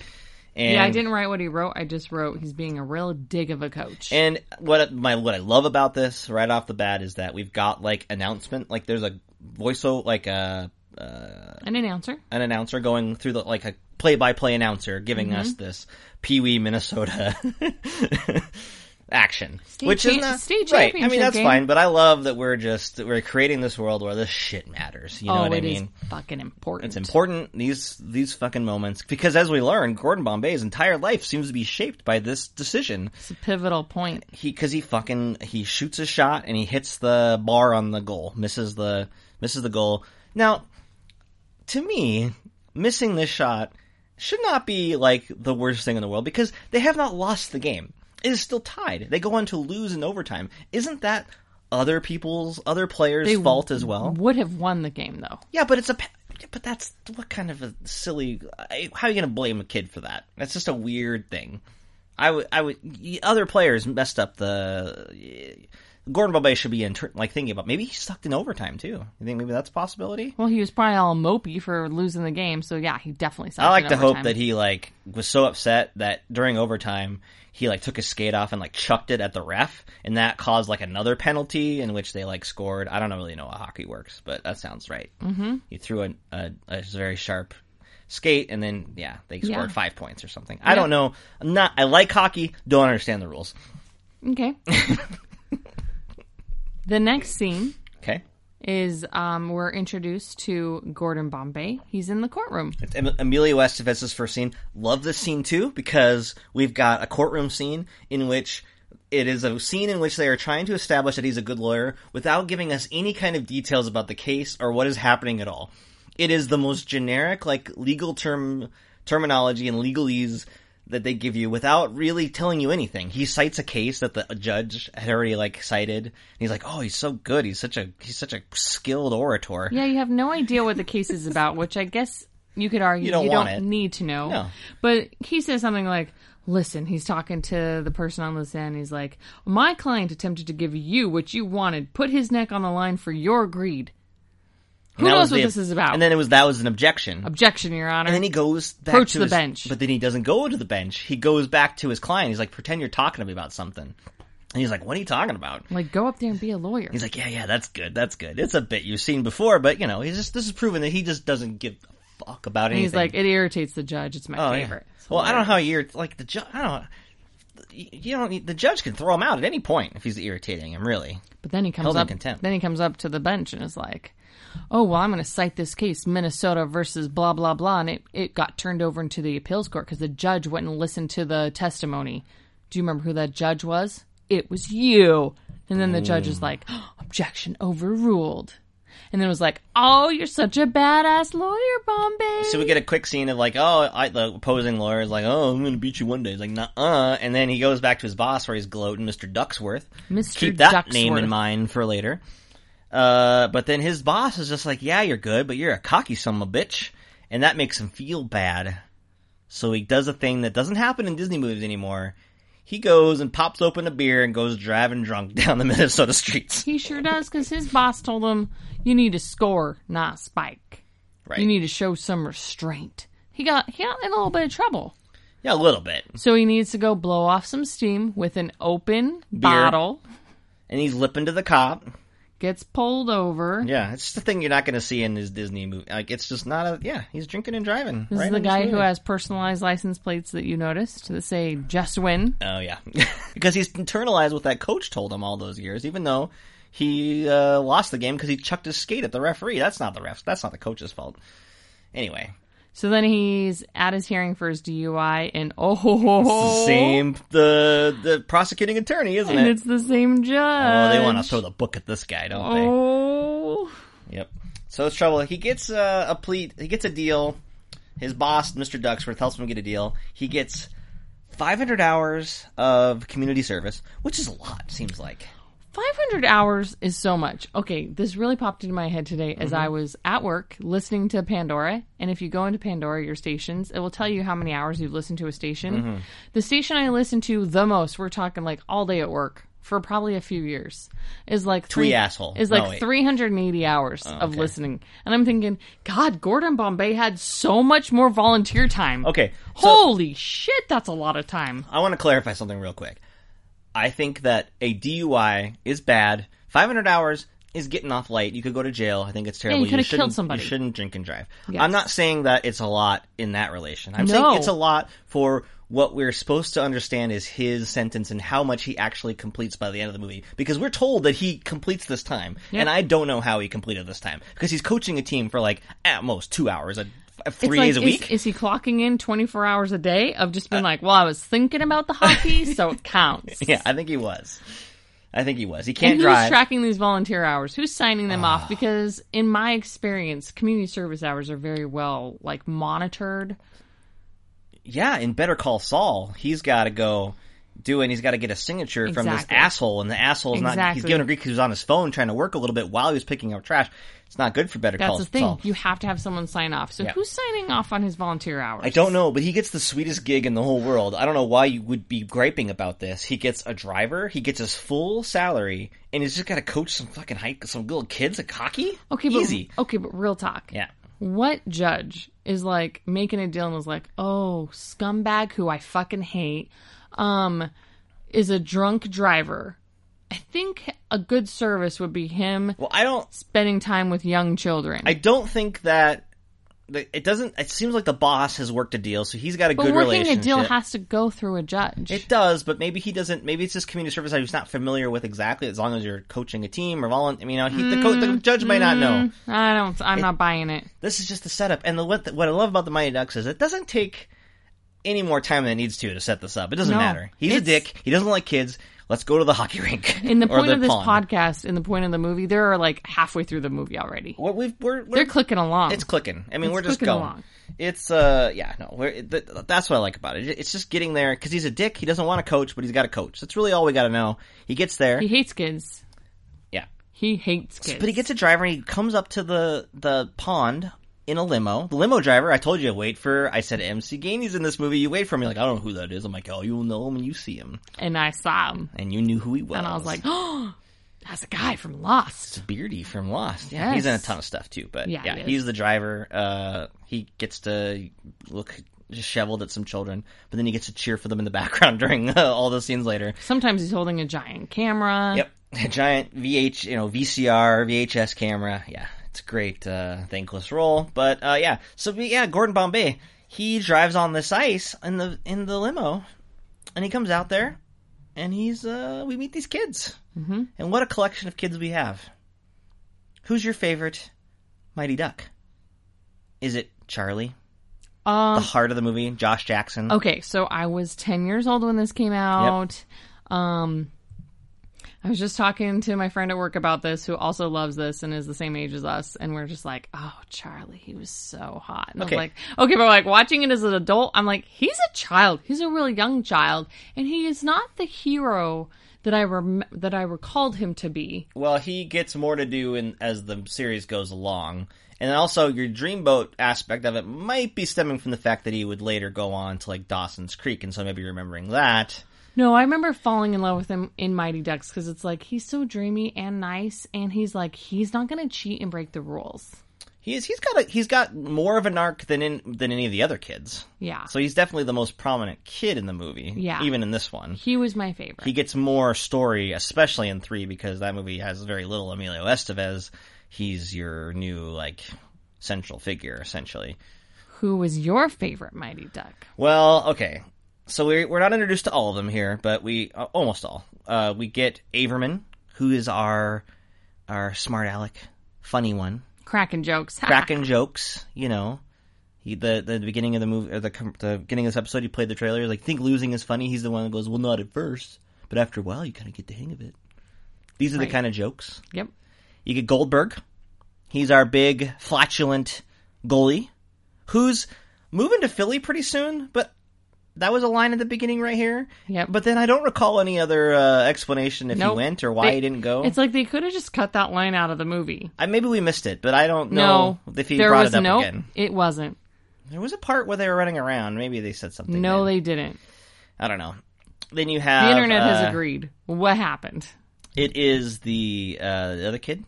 And
Mm-hmm. yeah, I didn't write what he wrote. I just wrote he's being a real dig of a coach.
And what my what I love about this right off the bat is that we've got like announcement. Like there's a voice like a
An announcer.
an announcer going through the like a play by play announcer giving us
Mm-hmm.
this Pee Wee Minnesota action, which is
champ-
not
state
right. I mean
championship
that's
game.
fine, but I love that we're just that we're creating this world where this shit matters. You know
oh,
what I
it is
mean?
fucking important.
It's important these these fucking moments because as we learn, Gordon Bombay's entire life seems to be shaped by this decision.
It's a pivotal point.
He because he fucking he shoots a shot and he hits the bar on the goal, misses the misses the goal. Now, to me, missing this shot should not be like the worst thing in the world because they have not lost the game. It is still tied. They go on to lose in overtime. Isn't that other people's other players' fault as well?
Would have won the game though.
Yeah, but it's a. pa- But that's what kind of a silly. I- How are you going to blame a kid for that? That's just a weird thing. I would. I would. y- Other players messed up the. Gordon Bombay should be in, tur- like thinking about maybe he sucked in overtime too. You think maybe that's a possibility?
Well, he was probably all mopey for losing the game, so yeah, he definitely.
I like to hope that he like was so upset that during overtime he like took his skate off and like chucked it at the ref, and that caused like another penalty in which they like scored. I don't really know how hockey works, but that sounds right. Mm-hmm. You threw a, a, a very sharp skate, and then yeah, they scored
Yeah.
five points or something. I don't know. I'm not I like hockey, don't understand the rules.
Okay. the next scene
Okay,
is um, we're introduced to Gordon Bombay. He's in the courtroom.
It's Em- Amelia West has this first scene. Love this scene too because we've got a courtroom scene in which it is a scene in which they are trying to establish that he's a good lawyer without giving us any kind of details about the case or what is happening at all. It is the most generic, like legal term terminology and legalese that they give you without really telling you anything. He cites a case that the judge had already like cited. And he's like, "Oh, he's so good. He's such a he's such a skilled orator."
Yeah, you have no idea what the case is about, which I guess you could argue
You
you
don't
don't,
want it.
need to know.
No.
But he says something like, Listen, he's talking to the person on this end. He's like, My client attempted to give you what you wanted, put his neck on the line for your greed. Who
And that
knows
was
what
the-
this is about?
And then it was that was an objection.
Objection, Your Honor.
And then he goes back
Approach
to
the
his,
bench.
But then he doesn't go to the bench. He goes back to his client. He's like, pretend you're talking to me about something. And he's like, what are you talking about?
like, go up there and be a lawyer.
He's like, yeah, yeah, that's good. That's good. It's a bit you've seen before, but you know, he's just, this is proving that he just doesn't give a fuck about anything.
And he's like, It irritates the judge. It's my
Oh, yeah.
favorite. It's
Well, I don't know
hilarious.
how you're like the judge. I don't. You you don't. need- The judge can throw him out at any point if he's irritating him. Really,
But then he comes
Held in
up.
contempt.
Then he comes up to the bench and is like, "Oh well, I'm going to cite this case, Minnesota versus blah blah blah," and it it got turned over into the appeals court because the judge went and listened to the testimony. Do you remember who that judge was? It was you. And then the judge is like,
Mm.
"Oh, "Objection overruled." And then it was like, "Oh, you're such a badass lawyer, Bombay."
so we get a quick scene of like, oh, I, the opposing lawyer is like, oh, I'm gonna beat you one day. He's like, nah, uh, and then he goes back to his boss where he's gloating, Mr. Ducksworth.
Mr.
Keep that name
Ducksworth.
in mind for later. Uh, but then his boss is just like, yeah, you're good, but you're a cocky son of a bitch, and that makes him feel bad. So he does a thing that doesn't happen in Disney movies anymore. He goes and pops open a beer and goes driving drunk down the Minnesota streets.
He sure does because his boss told him, "You need to score, not spike.
Right.
You need to show some restraint." He got he got in a little bit of trouble.
yeah, a little bit.
So he needs to go blow off some steam with an open bottle.
And he's lipping to the cop.
Gets pulled over.
Yeah, it's just a thing you're not going to see in this Disney movie. Like, it's just not a. Yeah, he's drinking and driving.
This
right
is the
in this
guy who
movie.
has personalized license plates that you noticed that say "Just Win."
Oh yeah, because he's internalized what that coach told him all those years, even though he uh, lost the game because he chucked his skate at the referee. That's not the refs. That's not the coach's fault. Anyway,
So then he's at his hearing for his DUI, and oh, ho, ho, ho.
same the the prosecuting attorney, isn't
and
it?
it's the same judge.
oh, they want to throw the book at this guy, don't they?
Oh.
Yep. So it's trouble. He gets uh, a plea. He gets a deal. His boss, Mr. Ducksworth, helps him get a deal. He gets 500 hours of community service, which is a lot. Seems like.
500 hours is so much. Okay, this really popped into my head today as
Mm-hmm.
I was at work listening to Pandora. And if you go into Pandora, your stations, it will tell you how many hours you've listened to a station.
Mm-hmm.
The station I listened to the most, we're talking like all day at work for probably a few years, is like three
asshole.
Is
No,
like
wait. Oh,
380 hours of listening. And I'm thinking, God, Gordon Bombay had so much more volunteer time.
Okay, so-
Holy shit, that's a lot of time.
I want to clarify something real quick. I think that a DUI is bad. 500 hours is getting off light. You could go to jail. I think it's terrible.
you could have
shouldn't-
killed somebody.
You shouldn't drink and drive.
Yes.
I'm not saying that it's a lot in that relation. I'm
No.
saying it's a lot for what we're supposed to understand is his sentence and how much he actually completes by the end of the movie. Because we're told that he completes this time, and I don't know how he completed this time because he's coaching a team for like at most two hours, a,
It's
three
like,
days a week.
Is, is he clocking in 24 hours a day of just being like, well, I was thinking about the hockey, so it counts.
yeah, I think he was. I think he was. He can't
And who's
drive. Ah.
tracking these volunteer hours? Who's signing them off? Because in my experience, community service hours are very well like monitored.
yeah, in Better Call Saul, he's got to go do it. and He's got to get a signature from this
Exactly.
asshole, and the asshole's not. He's
Exactly.
giving a Greek because he was on his phone trying to work a little bit while he was picking up trash. It's not good for Better
That's
Call
the thing.
Saul.
You have to have someone sign off. So
Yeah.
who's signing off on his volunteer hours?
I don't know, but he gets the sweetest gig in the whole world. I don't know why you would be griping about this. He gets a driver, he gets his full salary, and he's just got to coach some fucking hike, some little kids at hockey.
Okay, but,
easy.
Okay, but real talk.
Yeah.
What judge is like making a deal and was like, "Oh, scumbag who I fucking hate, um, is a drunk driver." I think a good service would be him
Well, I don't.
spending time with young children.
I don't think that. that- It doesn't. It seems like the boss has worked a deal, so he's got a
but
good
working a
relationship.
deal has to go through a judge.
It does, but maybe he doesn't. Maybe it's just community service that he's not familiar with exactly. As long as you're coaching a team or volunteer, you know, he, the, co- the
Mm-hmm.
judge might not know.
I don't. I'm not buying it.
This is just the setup, and the, what, what I love about the Mighty Ducks is it doesn't take any more time than it needs to to set this up. It doesn't
No.
matter. He's a
It's-
dick. He doesn't like kids. Let's go to the hockey rink.
In the
or
point of this
pond.
podcast, in the point of the movie, there are like halfway through the movie already.
What we've, we're, we're
They're clicking along.
It's clicking. I mean,
It's
we're just
clicking
going.
along.
It's uh, yeah, no, we're, th- that's what I like about it. It's just getting there because he's a dick. He doesn't want to coach, but he's got a coach. That's really all we got to know. He gets there,
He hates kids.
yeah,
He hates kids.
but he gets a driver and he comes up to the the pond in a limo. The limo driver, I told you, wait for. I said MC Gainey's in this movie. You wait for me. Like I don't know who that is. I'm like, oh, you'll know him when you see him,
and I saw him,
and you knew who he was.
and I was like, oh, that's a guy from Lost.
Beardy from Lost. Yeah, he's in a
Yes.
ton of stuff too. But yeah,
Yeah, he is.
he's the driver. Uh, he gets to look disheveled at some children, but then he gets to cheer for them in the background during uh, all those scenes later.
Sometimes he's holding a giant camera.
Yep, a giant VH, you know, VCR, VHS camera. Yeah, it's a great uh, thankless role. But uh, yeah, so we- yeah, Gordon Bombay. He drives on this ice in the in the limo, and he comes out there, and he's uh, we meet these kids, mm-hmm. and what a collection of kids we have. Who's your favorite Mighty Duck? Is it Charlie, the
Um,
heart of the movie, Josh Jackson?
okay, so I was 10 years old when this came out. Um, I was just talking to my friend at work about this who also loves this and is the same age as us. And we're just like, oh, Charlie, he was so hot. And
Okay.
I was like, okay, but like watching it as an adult, I'm like, he's a child. He's a really young child. And he is not the hero that I rem- that I recalled him to be.
Well, he gets more to do in, as the series goes along. And also, your dreamboat aspect of it might be stemming from the fact that he would later go on to like Dawson's Creek, and so maybe you're remembering that.
No, I remember falling in love with him in Mighty Ducks because it's like he's so dreamy and nice, and he's like he's not gonna cheat and break the rules.
He is, he's got a, he's got more of an arc than in than any of the other kids.
Yeah,
So he's definitely the most prominent kid in the movie.
Yeah.
Even in this one.
he was my favorite.
he gets more story, especially in three, because that movie has very little Emilio Estevez. He's your new like central figure, essentially.
Who was your favorite Mighty Duck?
Well, okay. So we're, we're not introduced to all of them here, but we uh, almost all. Uh, we get Averman, who is our our smart aleck, funny one,
Cracking jokes.
cracking jokes. You know, he, the the beginning of the movie or the com- the beginning of this episode, he played the trailer. Like, think losing is funny. He's the one that goes, "Well, not at first, but after a while, you kind of get the hang of it." These are the
Right.
kind of jokes.
Yep.
You get Goldberg. He's our big flatulent goalie who's moving to Philly pretty soon, but that was a line at the beginning right here.
Yep.
But then I don't recall any other uh, explanation if
Nope.
he went or why
They-
he didn't go.
It's like they could have just cut that line out of the movie.
I, maybe we missed it, but I don't know
no,
if he
there
brought
was
it up
no.
again.
It wasn't.
There was a part where they were running around. Maybe they said something.
no,
then.
they didn't.
I don't know. Then you
The
have
internet
uh,
has agreed. What happened?
It is the uh, the other kid.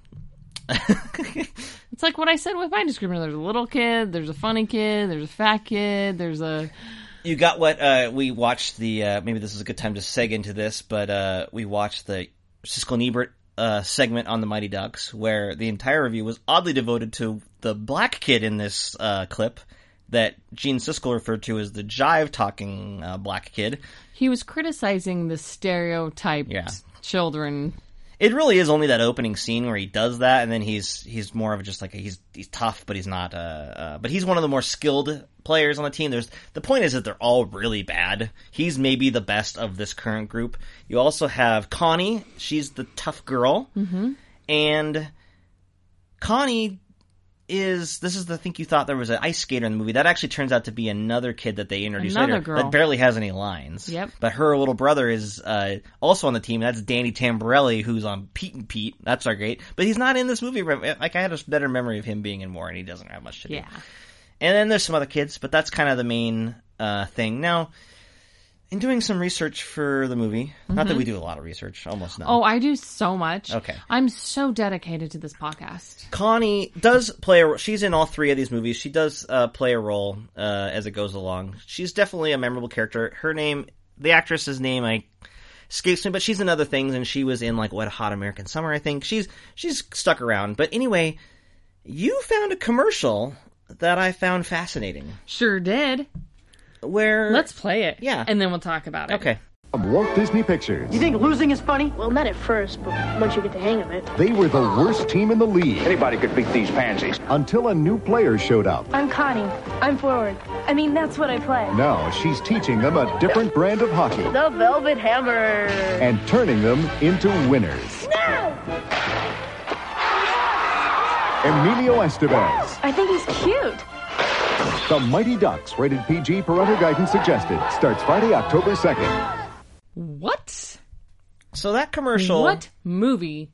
It's like what I said with my discriminator. There's a little kid. There's a funny kid. There's a fat kid. There's a
You got what uh, we watched the. Uh, maybe this is a good time to seg into this, but uh, we watched the Siskel and Ebert uh, segment on the Mighty Ducks, where the entire review was oddly devoted to the black kid in this uh, clip that Gene Siskel referred to as the jive talking uh, black kid.
he was criticizing the stereotyped
Yeah.
children.
It really is only that opening scene where he does that, and then he's he's more of just like a, he's he's tough, but he's not. Uh, uh, but he's one of the more skilled players on the team. There's the point is that they're all really bad. He's maybe the best of this current group. You also have Connie. She's the tough girl, mm-hmm. and Connie is this is the I think you thought there was an ice skater in the movie that actually turns out to be another kid that they introduced
Another
later
girl.
that barely has any lines.
Yep.
But her little brother is uh, also on the team. That's Danny Tamborelli, who's on Pete and Pete. That's our great, but he's not in this movie. Like I had a better memory of him being in more, and he doesn't have much to do.
Yeah.
And then there's some other kids, but that's kind of the main uh, thing. Now, in doing some research for the movie, not that we do a lot of research, almost none.
Mm-hmm. Oh, I do so much.
Okay.
I'm so dedicated to this podcast.
Connie does play a role. She's in all three of these movies. She does uh, play a role uh, as it goes along. She's definitely a memorable character. Her name, the actress's name, I escapes me, but she's in other things, and she was in like What a Hot American Summer, I think. She's she's stuck around. But anyway, you found a commercial that I found fascinating.
Sure did.
Where
Let's play it.
Yeah.
And then we'll talk about it.
okay.
Of Walt Disney Pictures.
You think losing is funny?
Well, not at first, but once you get the hang of it.
They were the worst team in the league
Anybody could beat these pansies.
until a new player showed up.
I'm Connie. I'm forward. I mean, that's what I play.
Now she's teaching them a different brand of hockey
The Velvet Hammer.
and turning them into winners. Emilio Estevez.
I think he's cute.
The Mighty Ducks, rated PG, parental guidance suggested. Starts Friday, October 2nd.
What?
So that commercial.
What movie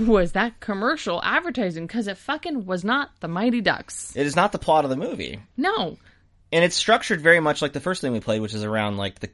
was that commercial advertising? Because it fucking was not the Mighty Ducks.
It is not the plot of the movie.
No.
and it's structured very much like the first thing we played, which is around like the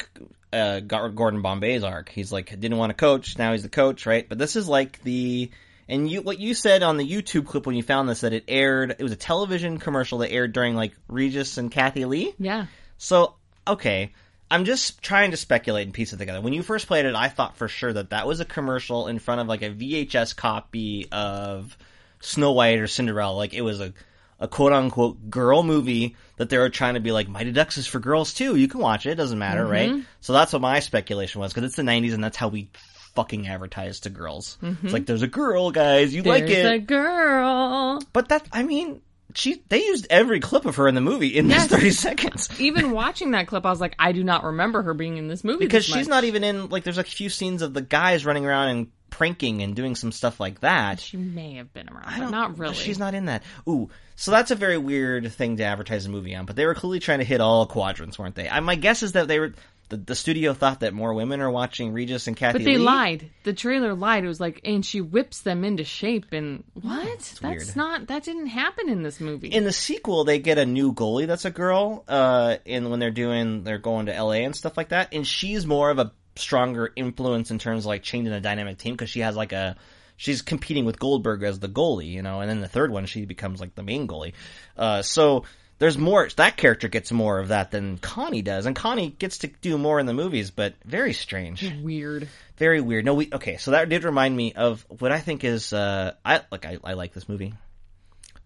uh, Gar- Gordon Bombay's arc. He's like didn't want to coach, now he's the coach, right? But this is like the and you what you said on the YouTube clip when you found this that it aired. It was a television commercial that aired during like Regis and Kathy Lee.
Yeah.
So, okay. I'm just trying to speculate and piece it together. When you first played it, I thought for sure that that was a commercial in front of like a VHS copy of Snow White or Cinderella. Like it was a, a quote unquote girl movie that they were trying to be like, Mighty Ducks is for girls too. You can watch it. It doesn't matter,
Mm-hmm.
right? So that's what my speculation was because it's the 90s and that's how we fucking advertise to girls. It's like, there's a girl, guys. You like
Mm-hmm. There's
it.
a girl.
But that, I mean, she, they used every clip of her in the movie in
Yes.
this 30 seconds.
Even watching that clip, I was like, I do not remember her being in this movie
because
this
she's
much.
not e- even in like there's a few scenes of the guys running around and pranking and doing some stuff like that
She may have been around,
I
but
don't-
not really.
she's not in that ooh so that's a very weird thing to advertise a movie on but they were clearly trying to hit all quadrants weren't they I, my guess is that they were the, the studio thought that more women are watching regis and kathy
But they
Lee.
lied. The trailer lied. It was like, and she whips them into shape. And what? That's
weird.
not. That didn't happen in this movie.
in the sequel they get a new goalie that's a girl uh and when they're doing they're going to la and stuff like that and she's more of a stronger influence in terms of like changing the dynamic team because she has like a she's competing with goldberg as the goalie you know and then the third one she becomes like the main goalie uh so there's more that character gets more of that than connie does and connie gets to do more in the movies but very strange
Mm-hmm. Weird.
very weird. No, we okay. So that did remind me of what I think is. Uh, I like. I, I like this movie,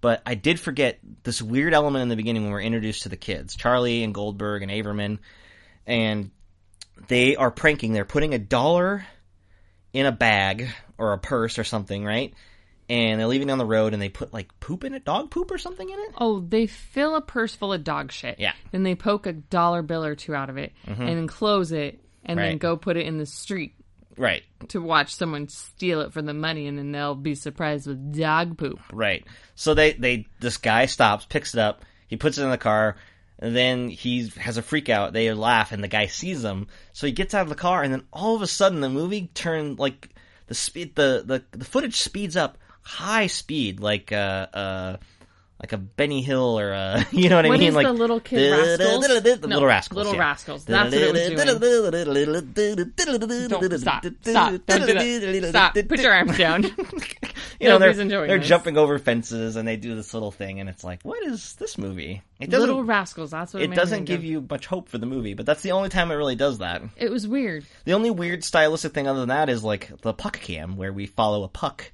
but I did forget this weird element in the beginning when we're introduced to the kids, Charlie and Goldberg and Averman, and they are pranking. They're putting a dollar in a bag or a purse or something, right? And they're leaving down the road, and they put like poop in it, dog poop or something in it.
Oh, they fill a purse full of dog shit.
Yeah. Mm-hmm.
Then they poke a dollar bill or two out of it, and then close it, and then
Right.
go put it in the street
Right.
to watch someone steal it for the money, and then they'll be surprised with dog poop.
Right. So they they this guy stops, picks it up, he puts it in the car, and then he has a freak out. They laugh, and the guy sees him. So he gets out of the car, and then all of a sudden, the movie turned like the speed the the, the footage speeds up high speed, like uh uh. Like a Benny Hill or a, you know what, I
What
mean?
is
like
the Little Kid Rascals?
The
No,
little rascals.
Little
yeah.
Rascals. That's what it
was
Don't stop. Stop. Don't do that. Stop. Put your arms down.
you know, they're,
Nobody's enjoying
they're
this.
jumping over fences and they do this little thing, and it's like, what is this movie? It doesn't.
Little rascals. That's what it,
it
made me
doesn't
think
give
of.
you much hope for the movie, but that's the only time it really does that.
It was weird.
The only weird stylistic thing other than that is like the puck cam, where we follow a puck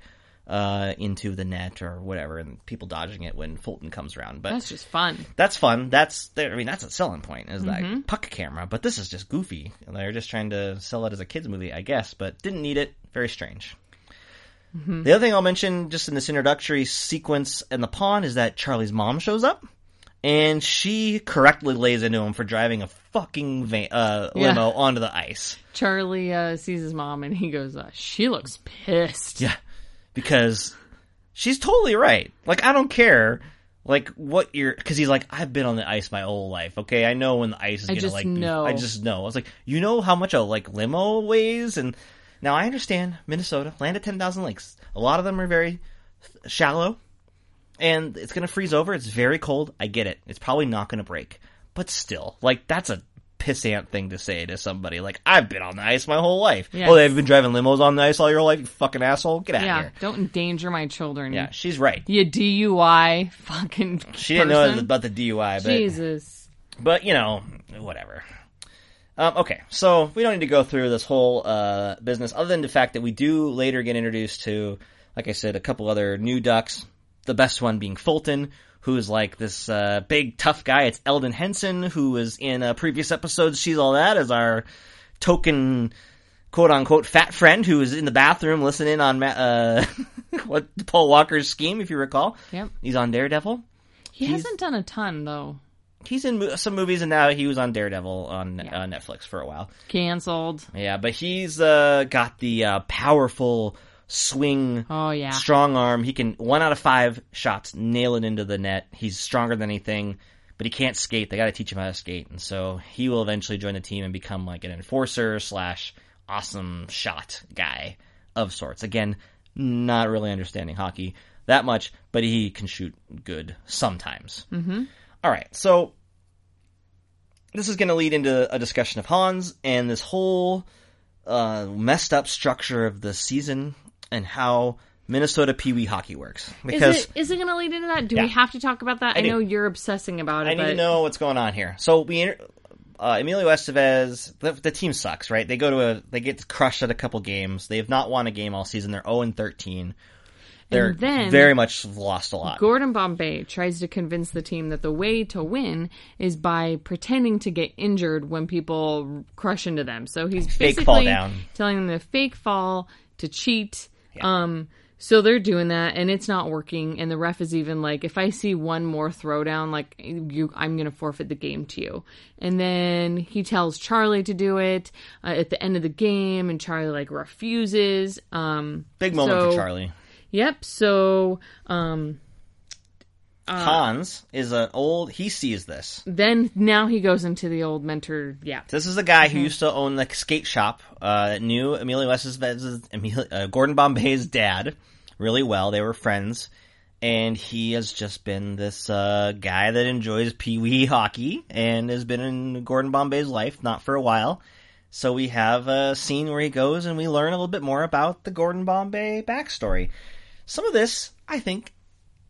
uh, into the net or whatever, and people dodging it when Fulton comes around. But
That's just fun.
that's fun. That's I mean that's a selling point is that puck camera, but this is just goofy. And They're just trying to sell it as a kids movie, I guess, but didn't need it. Very strange. The other thing I'll mention just in this introductory sequence in the pond is that Charlie's mom shows up and she correctly lays into him for driving a fucking va- uh,
Yeah.
limo onto the ice.
Charlie uh, sees his mom and he goes, uh, "She looks pissed."
Yeah, because she's totally right. Like I don't care. Like what you're, because he's like, I've been on the ice my whole life. Okay, I know when the ice is
I
gonna
just
like. be-
know.
I just know. I was like, you know how much a like limo weighs, and now I understand Minnesota land at ten thousand lakes. A lot of them are very th- shallow, and it's gonna freeze over. It's very cold. I get it. It's probably not gonna break, but still, like that's a pissant thing to say to somebody. Like I've been on the ice my whole life.
Yes.
Oh, they've been driving limos on the ice all your life. You fucking asshole. Get out of
Yeah,
here.
don't endanger my children.
Yeah, she's right.
You DUI fucking.
She didn't
person.
know about the DUI, but
Jesus.
but you know, whatever. Um, okay, so we don't need to go through this whole uh, business, other than the fact that we do later get introduced to, like I said, a couple other new ducks. The best one being Fulton, who is like this uh, big tough guy. It's Eldon Henson, who was in uh, previous episodes. She's all that as our token quote unquote fat friend who was in the bathroom listening on Ma- uh, what Paul Walker's scheme, if you recall.
Yep.
He's on Daredevil.
He hasn't done a ton though.
He's in mo- some movies, and now he was on Daredevil on
Yeah.
uh, Netflix for a while.
Cancelled.
Yeah, but he's uh, got the uh, powerful swing,
Oh yeah.
strong arm. He can one out of five shots nail it into the net. He's stronger than anything, but he can't skate. They got to teach him how to skate, and so he will eventually join the team and become like an enforcer slash awesome shot guy of sorts. Again, not really understanding hockey that much, but he can shoot good sometimes. Mm-hmm. All right, so this is going to lead into a discussion of Hans and this whole uh, messed up structure of the season and how Minnesota Pee Wee hockey works. Because
is it is it going to lead into that? Do
Yeah.
we have to talk about that? I,
do.
know you're obsessing about it.
I need
but
to know what's going on here. So we, inter- uh, Emilio Estevez, the, the team sucks, right? They go to a, they get crushed at a couple games. They have not won a game all season. They're zero and thirteen. They're
then-
very much lost a lot.
Gordon Bombay tries to convince the team that the way to win is by pretending to get injured when people crush into them. So he's
Fake
basically
fall down.
telling them to fake fall, to cheat. Um, so they're doing that, and it's not working. And the ref is even like, if I see one more throwdown, like you, I'm going to forfeit the game to you. And then he tells Charlie to do it uh, at the end of the game, and Charlie like refuses. Um,
Big moment for
so-
Charlie.
Yep. So. Um, uh,
Hans is an old. He sees this.
then now he goes into the old mentor. Yeah.
This is a guy who used to own the skate shop. Uh, knew Emilio Estevez's Emilio, uh, Gordon Bombay's dad really well. They were friends, and he has just been this uh, guy that enjoys pee wee hockey and has been in Gordon Bombay's life not for a while. So we have a scene where he goes and we learn a little bit more about the Gordon Bombay backstory. Some of this, I think,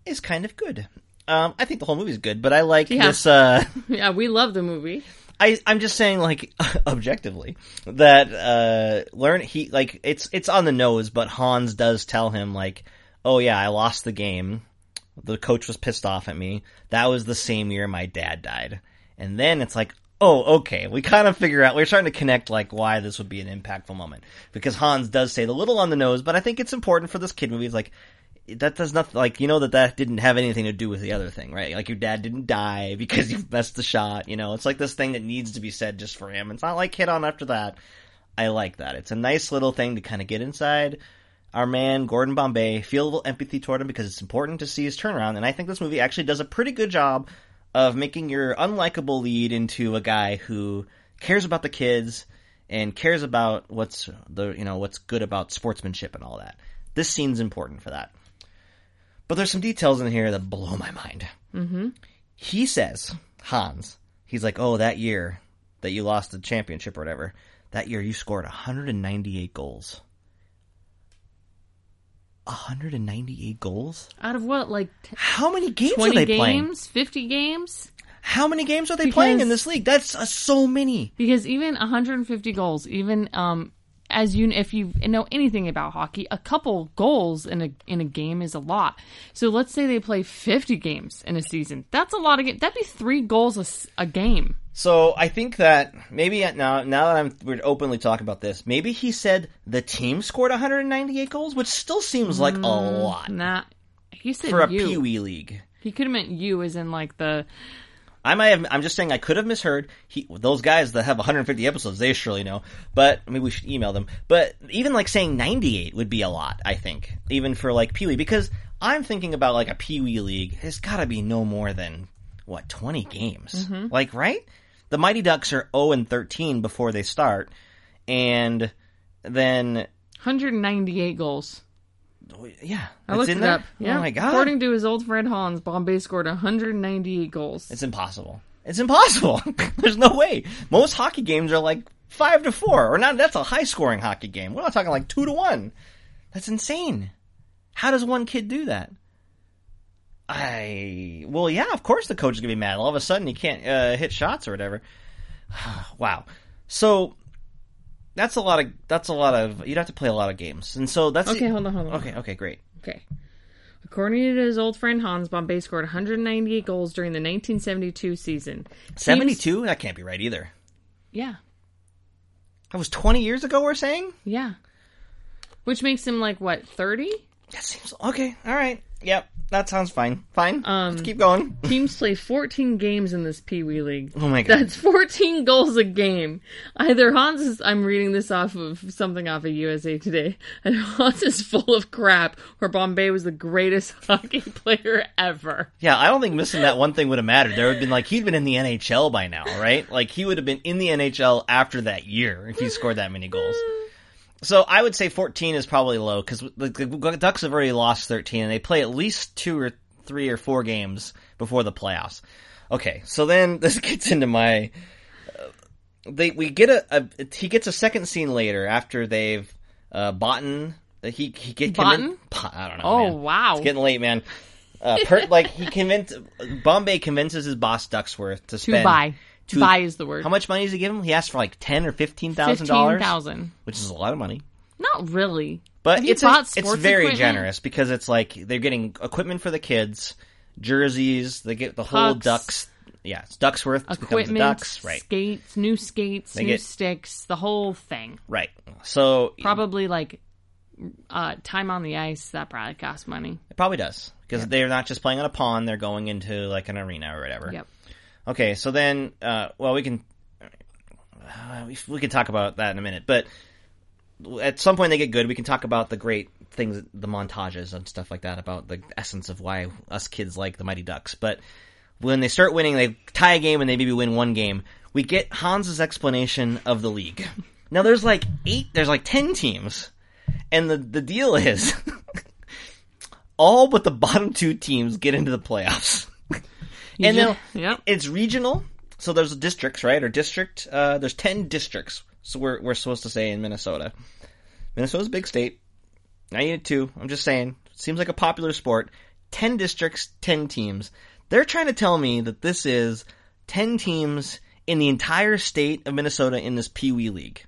is kind of good. Um, I think the whole movie's good, but I like
Yeah.
this. Uh,
Yeah, we love the movie.
I, I'm just saying, like objectively, that uh, learn he like it's it's on the nose, but Hans does tell him like, oh yeah, I lost the game. The coach was pissed off at me. That was the same year my dad died, and then it's like, oh okay, we kind of figure out we're starting to connect like why this would be an impactful moment because Hans does say the little on the nose, but I think it's important for this kid movie. It's like that does nothing like you know that that didn't have anything to do with the other thing right like your dad didn't die because you messed the shot you know it's like this thing that needs to be said just for him it's not like hit on after that i like that it's a nice little thing to kind of get inside our man gordon bombay feel a little empathy toward him because it's important to see his turnaround and i think this movie actually does a pretty good job of making your unlikable lead into a guy who cares about the kids and cares about what's the you know what's good about sportsmanship and all that this scene's important for that but there's some details in here that blow my mind. Mm-hmm. He says, Hans, he's like, oh, that year that you lost the championship or whatever, that year you scored 198 goals. 198 goals?
Out of what, like t-
How many games are
twenty
they
games,
playing?
fifty games?
How many games are they playing in
Because-
this league? That's uh, so many.
Because even 150 goals, even um, as you if you know anything about hockey, a couple goals in a in a game is a lot. So let's say they play 50 games in a season. That's a lot of games. That'd be three goals a, s- a game.
So I think that maybe at- now, now that I'm we're openly talking about this, maybe he said the team scored 198 goals, which still seems like a lot
Nah, he said
for a
Mm, you.
Pee Wee league.
He could have meant you, as in like the
I might have. I'm just saying I could have misheard. He, those guys that have 150 episodes, they surely know. But I mean, we should email them. But even like saying 98 would be a lot. I think even for like Pee Wee, because I'm thinking about like a Pee Wee league. There's got to be no more than what 20 games.
Mm-hmm.
Like right, the Mighty Ducks are 0 and 13 before they start, and then
198 goals.
yeah,
I
it's
looked
in
it
there?
up. Yeah.
Oh my god,
According to his old friend Hans, Bombay scored 198 goals.
It's impossible. It's impossible. There's no way. Most hockey games are like five to four, or not. That's a high scoring hockey game. We're not talking like two to one. That's insane. How does one kid do that? I well, yeah, of course the coach is gonna be mad. All of a sudden, you can't uh, hit shots or whatever. wow. So that's a lot of that's a lot of you'd have to play a lot of games, and so that's
Okay, hold on, hold on.
Okay, okay, great.
Okay. According to his old friend Hans, Bombay scored 198 goals during the 1972 season. Teams-
Seventy two. That can't be right either.
Yeah.
That was 20 years ago, we're saying?
Yeah. Which makes him like what, 30?
That seems. Okay, alright. Yep, that sounds fine. Fine. Let's keep going.
Teams play 14 games in this Pee Wee League.
Oh my god.
That's 14 goals a game. Either Hans is, I'm reading this off of something off of USA Today, and Hans is full of crap, or Bombay was the greatest hockey player ever.
Yeah, I don't think missing that one thing would have mattered. There would have been like he'd been in the NHL by now, right? Like he would have been in the NHL after that year if he scored that many goals. So I would say 14 is probably low because the, the Ducks have already lost 13 and they play at least two or three or four games before the playoffs. Okay, so then this gets into my. uh, They we get a, a he gets a second scene later after they've uh, botten he he get
Botten?
Bo- I don't know.
Oh,
man.
wow.
it's getting late, man. Uh, per, like he convinced Bombay convinces his boss Ducksworth to
To
spend
buy.
to-
buy is the word.
How much money does he give him? He asked for like ten or fifteen thousand dollars,
15,000.
which is a lot of money.
Not really.
But
Have you
it's a-
bought
it's
sports
very
equipment?
generous because it's like they're getting equipment for the kids, jerseys. They get the whole
Pucks.
Ducks. Yeah, it's Ducksworth becomes the
Equipment,
Ducks, right?
skates, new skates,
They
new
get-
sticks, the whole thing.
Right. So
Probably like uh, time on the ice, that probably costs money.
it probably does because they're not just playing on a pond; they're going into like an arena or whatever.
Yep.
Okay, so then, uh, well, we can uh, we, we can talk about that in a minute, but at some point they get good. We can talk about the great things, the montages and stuff like that, about the essence of why us kids like the Mighty Ducks. But when they start winning, they tie a game and they maybe win one game. We get Hans's explanation of the league. Now there's like eight, there's like ten teams, and the the deal is all but the bottom two teams get into the playoffs. and
ju-
now
Yep.
it's regional. So there's districts, right? Or district. Uh, there's ten districts. So we're we're supposed to say in Minnesota. Minnesota's a big state. I need two. I'm just saying. Seems like a popular sport. Ten districts, ten teams. They're trying to tell me that this is ten teams in the entire state of Minnesota in this Pee Wee League.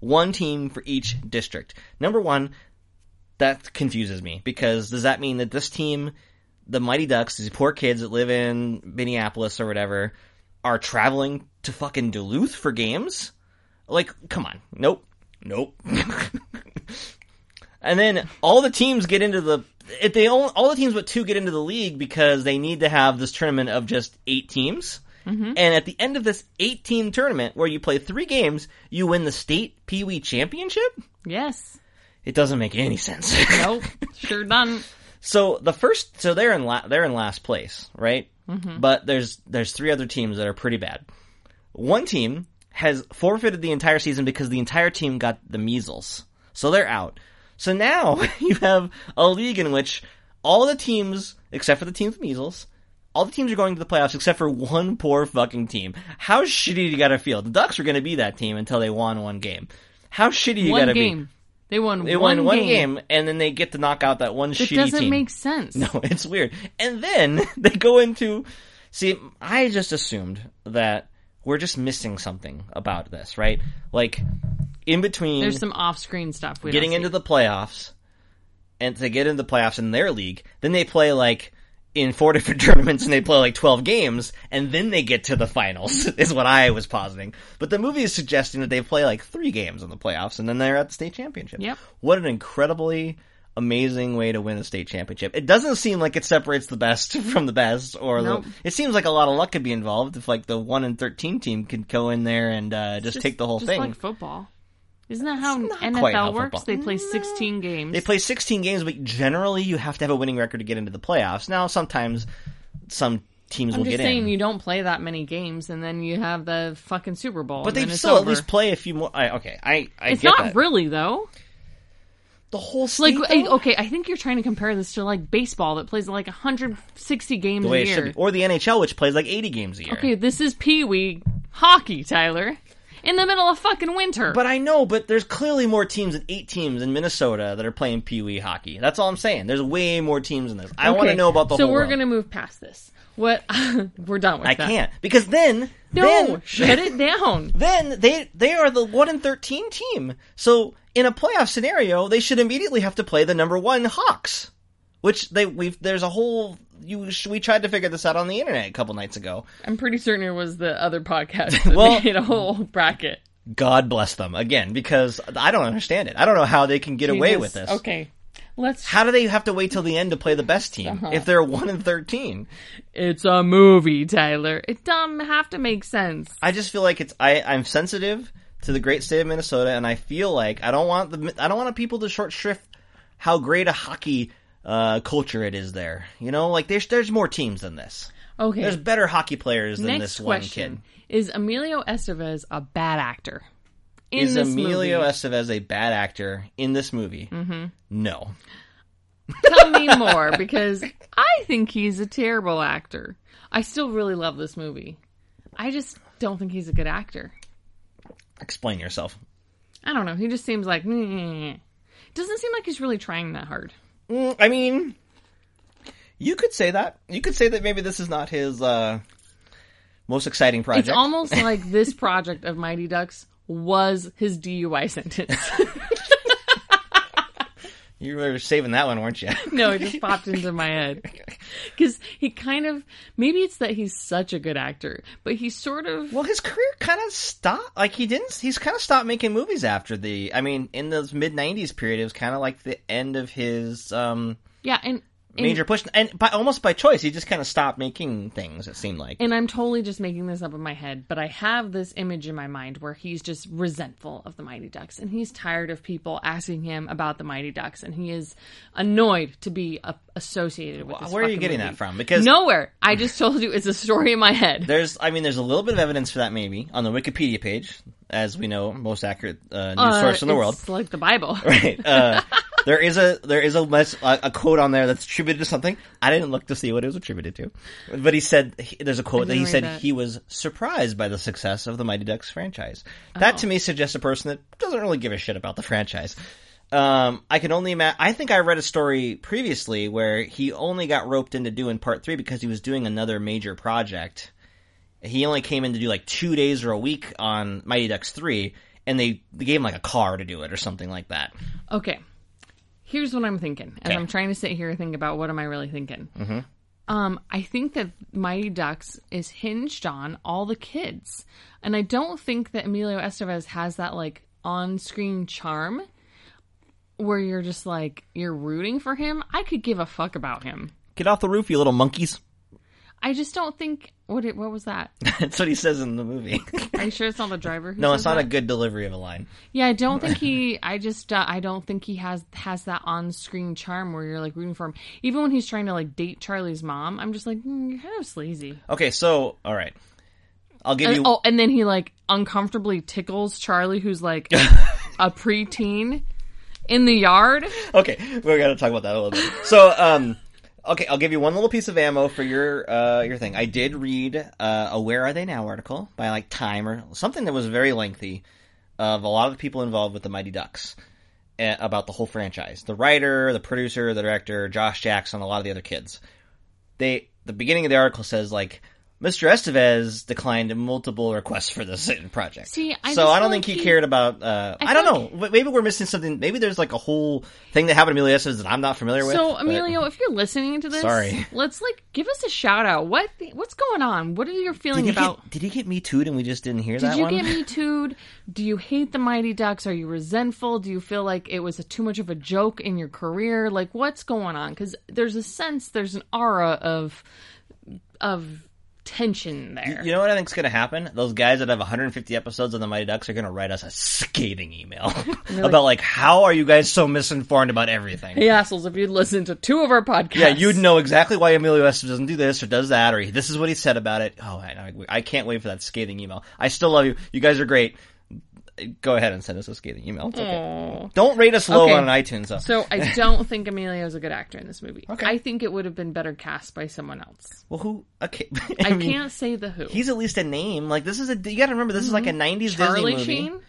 One team for each district. Number one, that confuses me because does that mean that this team, the Mighty Ducks, these poor kids that live in Minneapolis or whatever, are traveling to fucking Duluth for games? Like, come on. Nope. Nope. and then all the teams get into the if they all, all the teams but two get into the league because they need to have this tournament of just eight teams. And at the end of this eight team tournament where you play three games, you win the state Pee Wee Championship?
Yes.
It doesn't make any sense.
Nope. sure done.
So the first, so they're in la- they're in last place, right?
Mm-hmm.
But there's there's three other teams that are pretty bad. One team has forfeited the entire season because the entire team got the measles, so they're out. So now you have a league in which all the teams, except for the teams with measles, all the teams are going to the playoffs except for one poor fucking team. How shitty do you gotta feel? The Ducks were gonna be that team until they won one game. How shitty you
one
gotta
game.
be?
They won
They
one,
won one game. and then they get to knock out that one
It
shitty
doesn't
team.
make sense.
No, it's weird. And then they go into. See, I just assumed that we're just missing something about this, right? Like, in between
There's some off-screen stuff. We
getting
don't
into
see.
the playoffs, and to get into the playoffs in their league, then they play like in four different tournaments and they play like 12 games and then they get to the finals is what I was positing. But the movie is suggesting that they play like three games in the playoffs and then they're at the state championship.
Yep.
What an incredibly amazing way to win a state championship. It doesn't seem like it separates the best from the best or
Nope.
the, it seems like a lot of luck could be involved if like the 1 and 13 team could go in there and uh, just, take the whole
just
thing.
like football. Isn't that how
not
NFL
quite how
works?
football-
They play 16 games.
They play 16 games, but generally you have to have a winning record to get into the playoffs. Now, sometimes some teams
I'm
will
just
get
saying
in.
you don't play that many games, and then you have the fucking Super Bowl.
but
and
they
then it's
still at
over.
least play a few more. I, okay, I, I
It's
get
not
that.
really though.
the whole state,
Like oh, I-
though?
okay, I think you're trying to compare this to like baseball that plays like 160 games
the way
a
it should be,
year.
or the NHL, which plays like 80 games a year.
Okay, this is Pee Wee hockey, Tyler, in the middle of fucking winter.
But I know, but there's clearly more teams than eight teams in Minnesota that are playing Pee Wee hockey. That's all I'm saying. There's way more teams in this. I want to
Okay,
know about the
so
whole.
we're
world.
gonna move past this. What we're done with.
I
that.
can't because then
No,
then,
shut it down.
then they they are the one and thirteen team. So in a playoff scenario, they should immediately have to play the number one Hawks, which they we've there's a whole you we tried to figure this out on the internet a couple nights ago.
I'm pretty certain it was the other podcast that
Well-
made a whole bracket
God bless them again because I don't understand it. I don't know how they can get away
Jesus.
with this.
Okay. Let's.
How do they have to wait till the end to play the best team
Uh-huh.
if they're one and thirteen?
it's a movie, Tyler. It doesn't have to make sense.
I just feel like it's I I'm sensitive to the great state of Minnesota, and I feel like I don't want the I don't want people to short shrift how great a hockey uh, culture it is there. You know, like there's there's more teams than this.
Okay.
There's better hockey players than
Next
this one
question
kid.
is Emilio Estevez a bad actor? In
Is
this
Emilio
movie,
Estevez a bad actor in this movie? Mm-hmm. No.
tell me more because I think he's a terrible actor. I still really love this movie. I just don't think he's a good actor.
Explain yourself.
I don't know. He just seems like "Meh." doesn't seem like he's really trying that hard.
Mm, I mean, you could say that. You could say that maybe this is not his uh, most exciting project.
It's almost like this project of Mighty Ducks was his DUI sentence.
you were saving that one, weren't you?
no, it just popped into my head. Because he kind of, maybe it's that he's such a good actor, but he sort of,
Well, his career kind of stopped. Like he didn't. He's kind of stopped making movies after the. I mean, in those mid '90s period, it was kind of like the end of his um,
yeah, and, and
major push, and by almost by choice, he just kind of stopped making things. It seemed like.
and I'm totally just making this up in my head, but I have this image in my mind where he's just resentful of the Mighty Ducks and he's tired of people asking him about the Mighty Ducks and he is annoyed to be uh, associated with this
where are you
fucking
getting
movie.
that from? Because-
nowhere. I just told you it's a story in my head.
There's, I mean, there's a little bit of evidence for that maybe on the Wikipedia page, as we know, most accurate uh, news
Uh,
source in the world.
It's like the Bible.
Right. Uh, there is a there is a, mes- a a quote on there that's attributed to something. I didn't look to see what it was attributed to, but he said he, there's a quote that he
read
said
that.
he was surprised by the success of the Mighty Ducks franchise. That to me suggests a person that doesn't really give a shit about the franchise. Um, I can only imagine. I think I read a story previously where he only got roped into doing part three because he was doing another major project he only came in to do like two days or a week on Mighty Ducks 3, and they, they gave him like a car to do it or something like that.
Okay. Here's what I'm thinking. As
Okay.
I'm trying to sit here and think about what am I really thinking. Mm-hmm. Um, I think that Mighty Ducks is hinged on all the kids. And I don't think that Emilio Estevez has that like on screen charm where you're just like, you're rooting for him. I could give a fuck about him.
Get off the roof, you little monkeys.
I just don't think what it, what was that?
That's what he says in the movie.
Are you sure it's not the driver? Who
no,
says
it's not
that?
a good delivery of a line.
Yeah, I don't think he. I just. Uh, I don't think he has has that on screen charm where you're like rooting for him. Even when he's trying to like date Charlie's mom, I'm just like, mm, you're kind of sleazy.
Okay, so, alright. I'll give
And-
you.
oh, and then he like uncomfortably tickles Charlie, who's like a preteen, in the yard.
Okay, we're gonna talk about that a little bit. So, um. Okay, I'll give you one little piece of ammo for your uh, your thing. I did read uh, a "Where Are They Now" article by like Time or something that was very lengthy of a lot of the people involved with the Mighty Ducks. a- about the whole franchise the writer the producer the director josh jackson a lot of the other kids they the beginning of the article says like mr estevez declined multiple requests for this project
See, I
so
just
i
feel
don't
like
think he,
he-
cared about uh, i,
I
don't
feel
know W- maybe we're missing something maybe there's like a whole thing that happened to emilio estevez that i'm not familiar with
So
but-
Emilio, if you're listening to this,
Sorry.
let's like give us a shout out. What the, what's going on? What are your
did
feeling
he,
about?
get, did he get me tooed and we just didn't hear
Did
that
you
one
get me tooed? Do you hate the Mighty Ducks? Are you resentful? Do you feel like it was a, too much of a joke in your career? Like what's going on? Because there's a sense, there's an aura of of tension there.
you know what I think's going to happen? Those guys that have 150 episodes of the Mighty Ducks are going to write us a scathing email about like, how are you guys so misinformed about everything?
hey assholes, if you'd listened to two of our podcasts,
Yeah, you'd know exactly why Emilio Estevez doesn't do this or does that, or this is what he said about it. Oh, I, I can't wait for that scathing email. I still love you. You guys are great. Go ahead and send us a scathing email. It's okay. Don't rate us low
Okay.
on iTunes, though.
So I don't think Emilio's a good actor in this movie.
Okay.
I think it would have been better cast by someone else.
well, who? Okay,
I,
mean,
can't say the who.
He's at least a name. Like this is a. You got to remember, this is like a '90s
Mm-hmm. Charlie
Disney movie.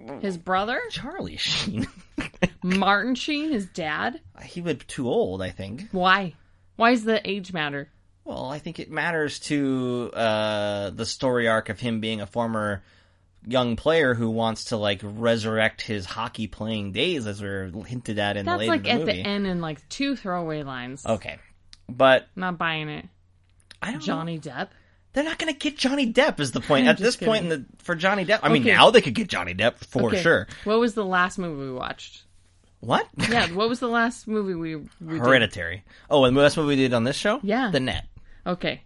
Sheen, his brother,
Charlie Sheen.
Martin Sheen, his dad.
he would too old, I think.
Why? Why does the age matter?
Well, I think it matters to uh, the story arc of him being a former young player who wants to like resurrect his hockey playing days, as we are hinted at in
That's
the late
like
in the
at
movie.
the end in like two throwaway lines.
Okay, but
Not buying it.
I don't know.
Johnny Depp.
They're not going to get Johnny Depp. Is the point at this point in the for Johnny Depp? I mean,
Okay.
now they could get Johnny Depp for
Okay.
sure.
What was the last movie we watched?
What?
Yeah, what was the last movie we, we did?
Hereditary. Oh, and that's what we did on this show.
Yeah.
The Net.
Okay.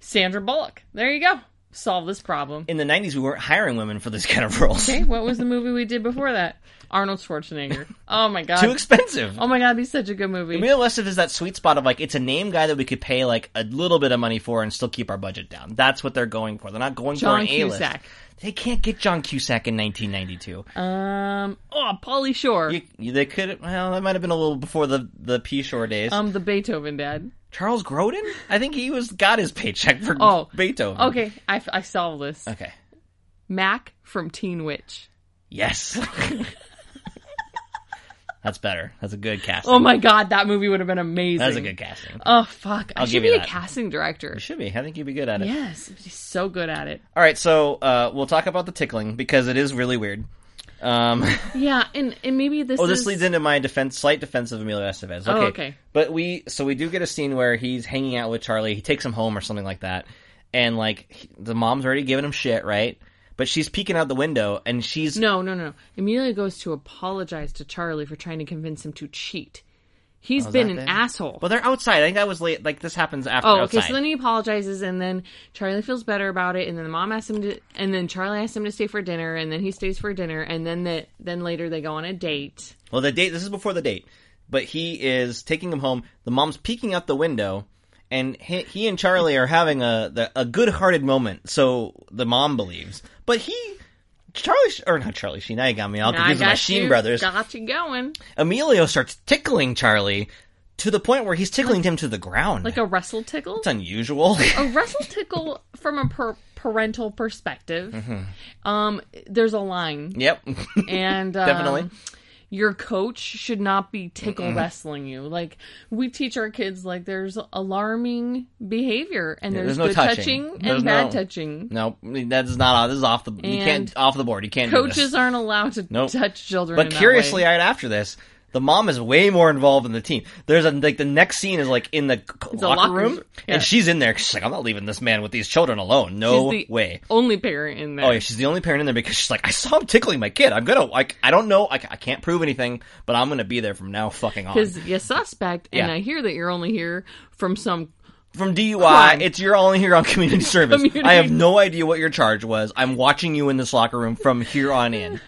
Sandra Bullock. There you go. Solve this problem.
In the '90s, we weren't hiring women for this kind of roles.
Okay, what was the movie we did before that? Arnold Schwarzenegger. Oh my god.
Too expensive.
Oh my god, he's such a good movie.
Emilio Estevez is that sweet spot of like it's a name guy that we could pay like a little bit of money for and still keep our budget down. That's what they're going for. They're not going
John
for an A list.
Cusack.
They can't get John Cusack in 1992.
Um oh Polly Shore.
You- you- they could. Well, that might have been a little before the the P Shore days.
um the Beethoven dad.
Charles Grodin. I think he was got his paycheck for
Oh.
Beethoven. Uh.
Okay, I, I solved this.
Okay.
Mac from Teen Witch.
Yes. That's better. That's a good casting.
Oh my god, that movie would have been amazing.
That's a good casting.
Oh fuck. I
I'll
should
give
be
you
a
that.
casting director.
you should be. I think you'd be good at it.
Yes, he's so good at it.
All right. So uh, we'll talk about the tickling because it is really weird. Um.
Yeah, and, and maybe this
Oh, this
is-
leads into my defense, slight defense of Emilio Estevez. Okay.
Oh, okay.
But we, so we do get a scene where he's hanging out with Charlie. He takes him home or something like that, and like he- the mom's already giving him shit, right? But she's peeking out the window, and she's
No, no, no. Amelia goes to apologize to Charlie for trying to convince him to cheat. He's
Oh, is
been
that
an
then?
asshole.
Well, they're outside. I think that was late. Like this happens after.
oh,
outside.
okay. So then he apologizes, and then Charlie feels better about it, and then the mom asks him to, and then Charlie asks him to stay for dinner, and then he stays for dinner, and then the, then later they go on a date.
Well, the date. This is before the date, but he is taking him home. The mom's peeking out the window, and he, he and Charlie are having a the, a good-hearted moment. So the mom believes, but he. Charlie, or not Charlie Sheen, now you got me all
I
confused with
got
my Sheen
you,
brothers.
Got you going
Emilio starts tickling Charlie to the point where he's tickling him to the ground.
like a wrestle tickle.
It's unusual.
a wrestle tickle from a per- parental perspective.
Mm-hmm.
Um, there's a line,
yep.
and um,
Definitely.
your coach should not be tickle wrestling you. Like we teach our kids, like there's alarming behavior and
Yeah,
there's,
there's
good
no touching.
touching, and
There's
bad
no-
touching.
no, that's not this is off the you can't
And
off the board. You can't do this.
Coaches aren't allowed to
Nope.
touch children. in
But
that
curiously,
way.
right after this, the mom is way more involved in the team. There's a like the next scene is like in the c-
a
locker,
locker
room,
room. Yeah.
and she's in there. 'cause She's like, I'm not leaving this man with these children alone. No
She's the
way.
only parent in there.
Oh yeah, she's the only parent in there because she's like, I saw him tickling my kid. I'm gonna like, I don't know, I, c- I can't prove anything, but I'm gonna be there from now fucking on.
Because you suspect, and
Yeah.
I hear that you're only here from some.
From DUI,
Crime.
it's you're only here on community service.
Community-
I have no idea what your charge was. I'm watching you in this locker room from here on in.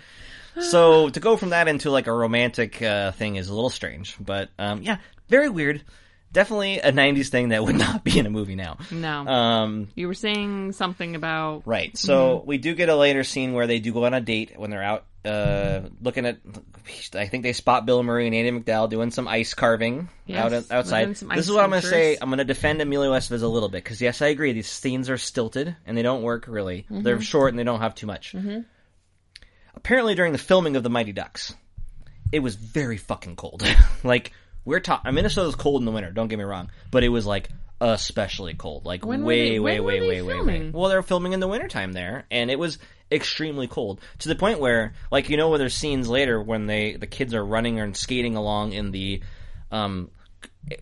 So to go from that into like a romantic uh, thing is a little strange, but um, yeah, very weird. Definitely a '90s thing that would not be in a movie now.
No,
Um,
you were saying something about
right. So
Mm-hmm.
we do get a later scene where they do go on a date when they're out uh, looking at. I think they spot Bill Murray and Andy McDowell doing some ice carving
Yes,
out outside.
within some
This is
ice
what I'm going to say.
sculptures.
I'm going to defend Emilio Estevez a little bit because yes, I agree. These scenes are stilted and they don't work really. They're
Mm-hmm.
short and they don't have too much. Apparently, during the filming of the Mighty Ducks, it was very fucking cold. like we're talking, Minnesota's cold in the winter. Don't get me wrong, but it was like especially cold. Like
When were
way,
they- when
way,
were
way,
they
way, way, way.
filming?
Well, they're filming in the wintertime there, and it was extremely cold to the point where, like, you know, where there's scenes later when they the kids are running and skating along in the um,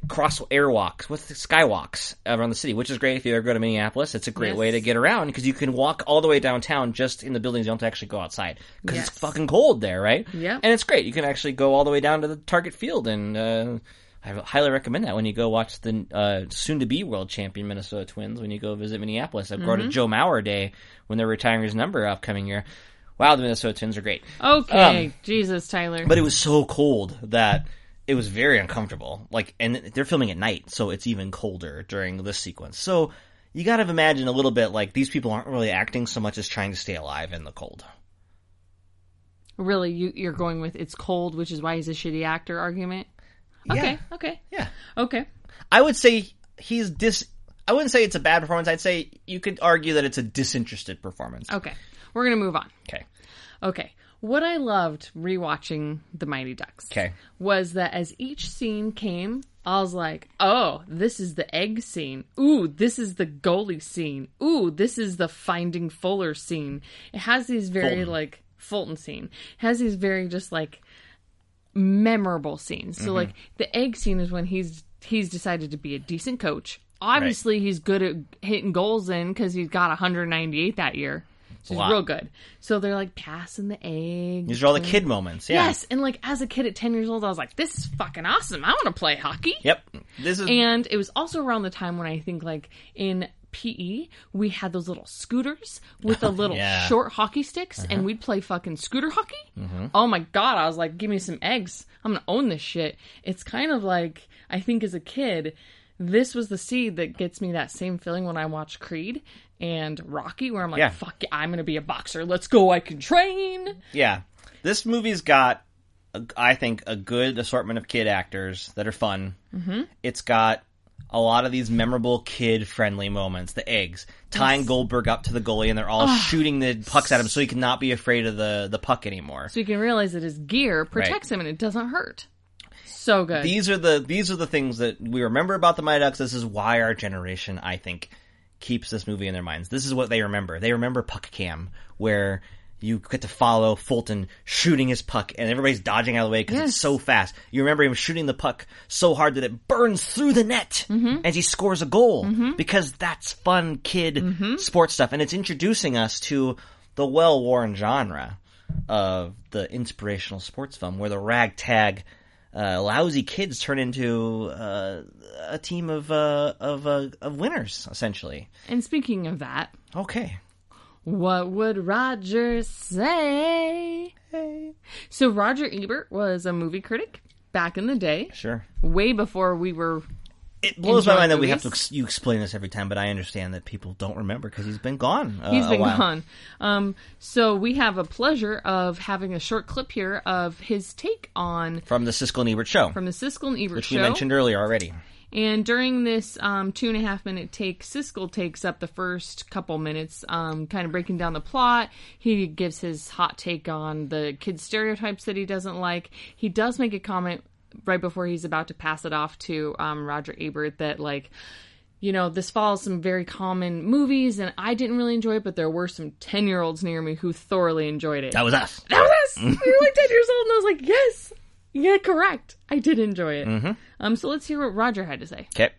cross airwalks with skywalks around the city, which is great if you ever go to Minneapolis. It's a great
Yes.
way to get around because you can walk all the way downtown just in the buildings. You don't have to actually go outside because it's
Yes.
fucking cold there, right?
Yep.
And it's great. You can actually go all the way down to the Target Field, and uh, I highly recommend that when you go watch the uh, soon-to-be world champion Minnesota Twins when you go visit Minneapolis. I go
Mm-hmm.
to Joe Mauer Day when they're retiring his number upcoming year. Wow, the Minnesota Twins are great.
Okay,
Um,
Jesus, Tyler.
But it was so cold that it was very uncomfortable. Like, and they're filming at night, so it's even colder during this sequence. So you got to imagine a little bit like these people aren't really acting so much as trying to stay alive in the cold.
really, you, you're going with it's cold, which is why he's a shitty actor argument. Okay, okay,
Yeah.
okay.
I would say he's dis. I wouldn't say it's a bad performance. I'd say you could argue that it's a disinterested performance.
Okay, we're gonna move on.
Okay.
Okay, what I loved rewatching The Mighty Ducks
Okay.
was that as each scene came, I was like, oh, this is the egg scene. Ooh, this is the goalie scene. Ooh, this is the finding Fuller scene. It has these very
Fulton.
like Fulton scene. It has these very just like
Mm-hmm.
memorable scenes. So like the egg scene is when he's he's decided to be a decent coach Obviously, he's good at hitting goals in because he's got 198 that year. So
lot.
he's real good. So they're like passing the egg.
These are all the kid moments. Yeah.
Yes, and like as a kid at 10 years old, I was like, this is fucking awesome. I want to play hockey.
Yep. This is
And it was also around the time when I think like in PE we had those little scooters with the little
Yeah. Uh-huh. Mm-hmm.
short hockey sticks and we'd play fucking scooter hockey. Oh my god, I was like, give me some eggs. I'm going to own this shit. It's kind of like I think as a kid this was the seed that gets me that same feeling when I watch Creed and Rocky where I'm like,
Yeah.
fuck, yeah, I'm going to be a boxer. Let's go. I can train.
yeah. This movie's got, a- I think, a good assortment of kid actors that are fun. Mm-hmm. It's got a lot of these memorable kid-friendly moments. The eggs tying Goldberg up to the goalie, and they're all shooting the pucks at him, so he can not be afraid of the the puck anymore.
So you can realize that his gear protects him and it doesn't hurt. So good.
these are the these are the things that we remember about the Mighty Ducks. This is why our generation, I think, keeps this movie in their minds. This is what they remember. They remember puck cam, where you get to follow Fulton shooting his puck, and everybody's dodging out of the way because it's so fast. You remember him shooting the puck so hard that it burns through the net
Mm-hmm.
as he scores a goal because that's fun kid
Mm-hmm.
sports stuff, and it's introducing us to the well-worn genre of the inspirational sports film, where the ragtag uh, lousy kids turn into uh, a team of uh, of uh, of winners, essentially.
and speaking of that,
Okay.
What would Roger say? So Roger Ebert was a movie critic back in the day,
Sure.
way before we were.
It blows my
Enjoy
mind that we have
movies.
to ex- you explain this every time, but I understand that people don't remember because he's been gone. Uh,
He's
a
been
while.
gone. Um, so we have a pleasure of having a short clip here of his take on
from the Siskel and Ebert show,
from the Siskel and Ebert
which
show.
we mentioned earlier already.
And during this um, two and a half minute take, Siskel takes up the first couple minutes, um, kind of breaking down the plot. He gives his hot take on the kids' stereotypes that he doesn't like. He does make a comment right before he's about to pass it off to um, Roger Ebert that, like, you know, this follows some very common movies, and I didn't really enjoy it, but there were some 10 year olds near me who thoroughly enjoyed it
That was us.
that was us. we were like 10 years old, and I was like, yes, yeah, correct. I did enjoy it.
Mm-hmm.
Um, so let's hear what Roger had to say.
Okay.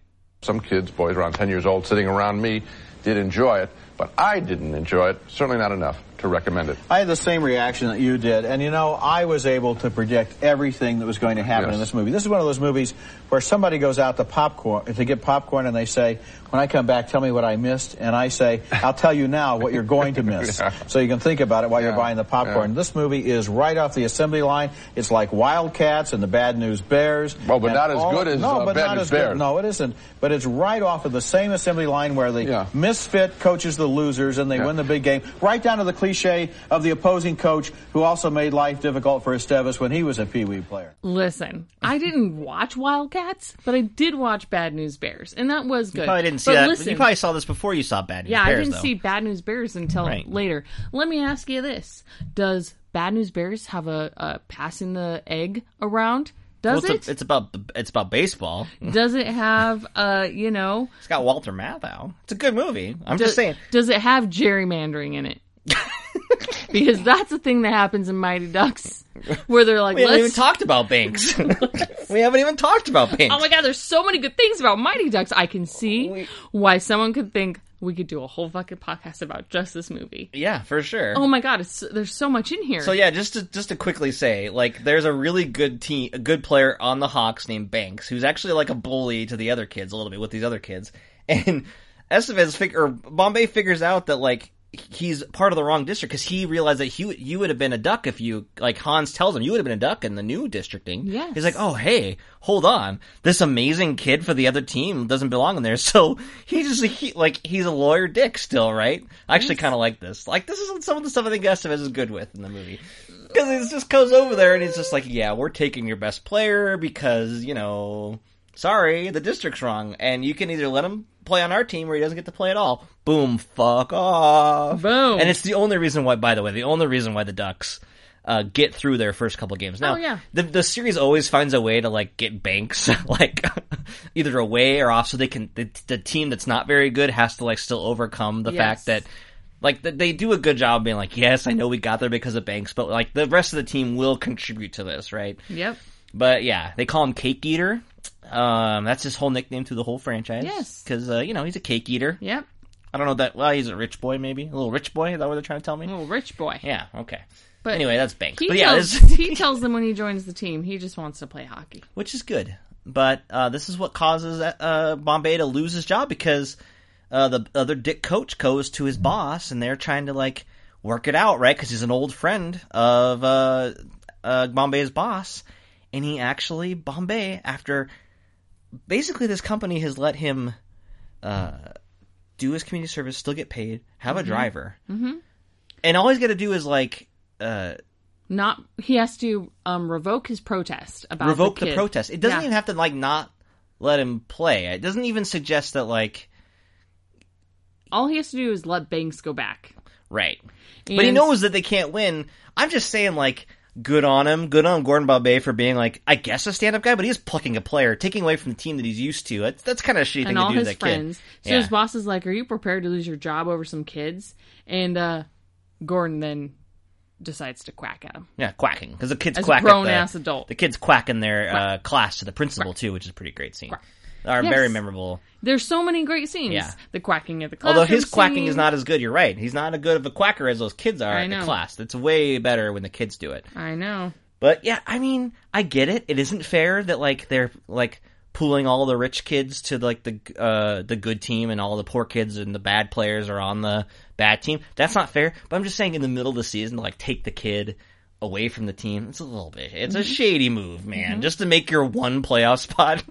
Some kids, boys around 10 years old, sitting around me, did enjoy it, but I didn't enjoy it, certainly not enough to recommend it.
I had the same reaction that you did, and you know, I was able to predict everything that was going to happen
Yes.
in this movie. This is one of those movies where somebody goes out to popcorn to get popcorn, and they say, "When I come back, tell me what I missed," and I say, "I'll tell you now what you're going to miss, so you can think about it while
Yeah.
you're buying the popcorn."
Yeah.
This movie is right off the assembly line. It's like Wildcats and the Bad News Bears.
Well, but
and
not as
all-
good as,
no,
uh,
but
Bad
not
News
as good.
Bears.
No, it isn't. But it's right off of the same assembly line where the
Yeah.
misfit coaches the losers and they
Yeah.
win the big game, right down to the cliche of the opposing coach who also made life difficult for Estevas when he was a Pee Wee player.
Listen, I didn't watch Wildcats, but I did watch Bad News Bears, and that was good.
Probably didn't see
But
that.
listen-
you probably saw this before you saw Bad News
yeah,
Bears,
I didn't
though.
see Bad News Bears until
Right.
later. Let me ask you this: Does Bad News Bears have a, a passing the egg around?
Well,
Does
it's, a-
it?
it's about it's about baseball.
does it have uh you know?
It's got Walter Matthau. It's a good movie. I'm just saying.
Does it have gerrymandering in it? because that's the thing that happens in Mighty Ducks, where they're like,
We haven't even
"Let's."
talked about Banks. we haven't even talked about Banks.
oh my god, there's so many good things about Mighty Ducks. I can see
Oh,
why someone could think we could do a whole fucking podcast about just this movie.
Yeah, for sure.
Oh my god, it's, there's so much in here.
So yeah, just to, just to quickly say, like, there's a really good team, a good player on the Hawks named Banks, who's actually like a bully to the other kids a little bit with these other kids, and Estevez fig- or Bombay figures out that like he's part of the wrong district because he realized that he you would have been a duck if you like Hans tells him you would have been a duck in the new districting.
Yes.
he's like, oh hey, hold on, this amazing kid for the other team doesn't belong in there, so he just he, like he's a lawyer dick still, right? I actually kind of like this. Like this is some of the stuff I think Estevez is good with in the movie. Because he just goes over there and he's just like, yeah, we're taking your best player because, you know, sorry, the district's wrong. And you can either let him play on our team or he doesn't get to play at all. Boom, fuck off.
Boom.
And it's the only reason why, by the way, the only reason why the Ducks uh, get through their first couple games. Now,
Oh, yeah.
the, the series always finds a way to, like, get Banks, like, either away or off so they can, the, the team that's not very good has to, like, still overcome the
Yes.
fact that like th- they do a good job being like, yes, I know we got there because of Banks, but like the rest of the team will contribute to this, right?
yep.
But yeah, they call him Cake Eater, Um, that's his whole nickname through the whole franchise.
Yes.
because uh, you know he's a cake eater.
Yep.
I don't know that. Well, he's a rich boy, maybe a little rich boy. Is that what they're trying to tell me?
Little Oh, rich boy.
Yeah. Okay.
But
anyway, that's Banks.
He
But yeah,
tells
this-
he tells them when he joins the team he just wants to play hockey.
which is good. But uh, this is what causes uh, Bombay to lose his job because uh, the other Dick coach goes to his boss, and they're trying to like work it out, right? Because he's an old friend of uh, uh, Bombay's boss, and he actually Bombay after basically this company has let him uh, do his community service, still get paid, have a driver, mm-hmm. and all he's got to do is like. Uh,
Not he has to um, revoke his protest about
revoke
the,
the,
kid.
protest. It doesn't
Yeah.
even have to like not let him play. It doesn't even suggest that like
All he has to do is let Banks go back.
right. But he
And-
knows that they can't win. I'm just saying like good on him, good on Gordon Bombay for being like I guess a stand up guy, but he's plucking a player, taking away from the team that he's used to. That's, that's kind of a shitty thing
and
to
all
do to
his
that
friends.
kid.
So
yeah.
his boss is like, "Are you prepared to lose your job over some kids?" And uh, Gordon then decides to quack at him.
yeah, quacking because the kids
As a
quack at
grown-ass
the-
adult.
The kids quacking their uh, class to the principal too, which is a pretty great scene. Are very
Yes.
memorable.
There's so many great scenes.
Yeah.
The quacking at the classroom.
Although his quacking is
scene.
not as good, you're right. He's not as good of a quacker as those kids are
I
in the
know.
class. That's way better when the kids do it.
I know.
But yeah, I mean, I get it. It isn't fair that like they're like pooling all the rich kids to like the uh the good team and all the poor kids and the bad players are on the bad team. That's not fair. But I'm just saying in the middle of the season to like take the kid away from the team. It's a little bit it's a shady move, man, just to make your one playoff spot.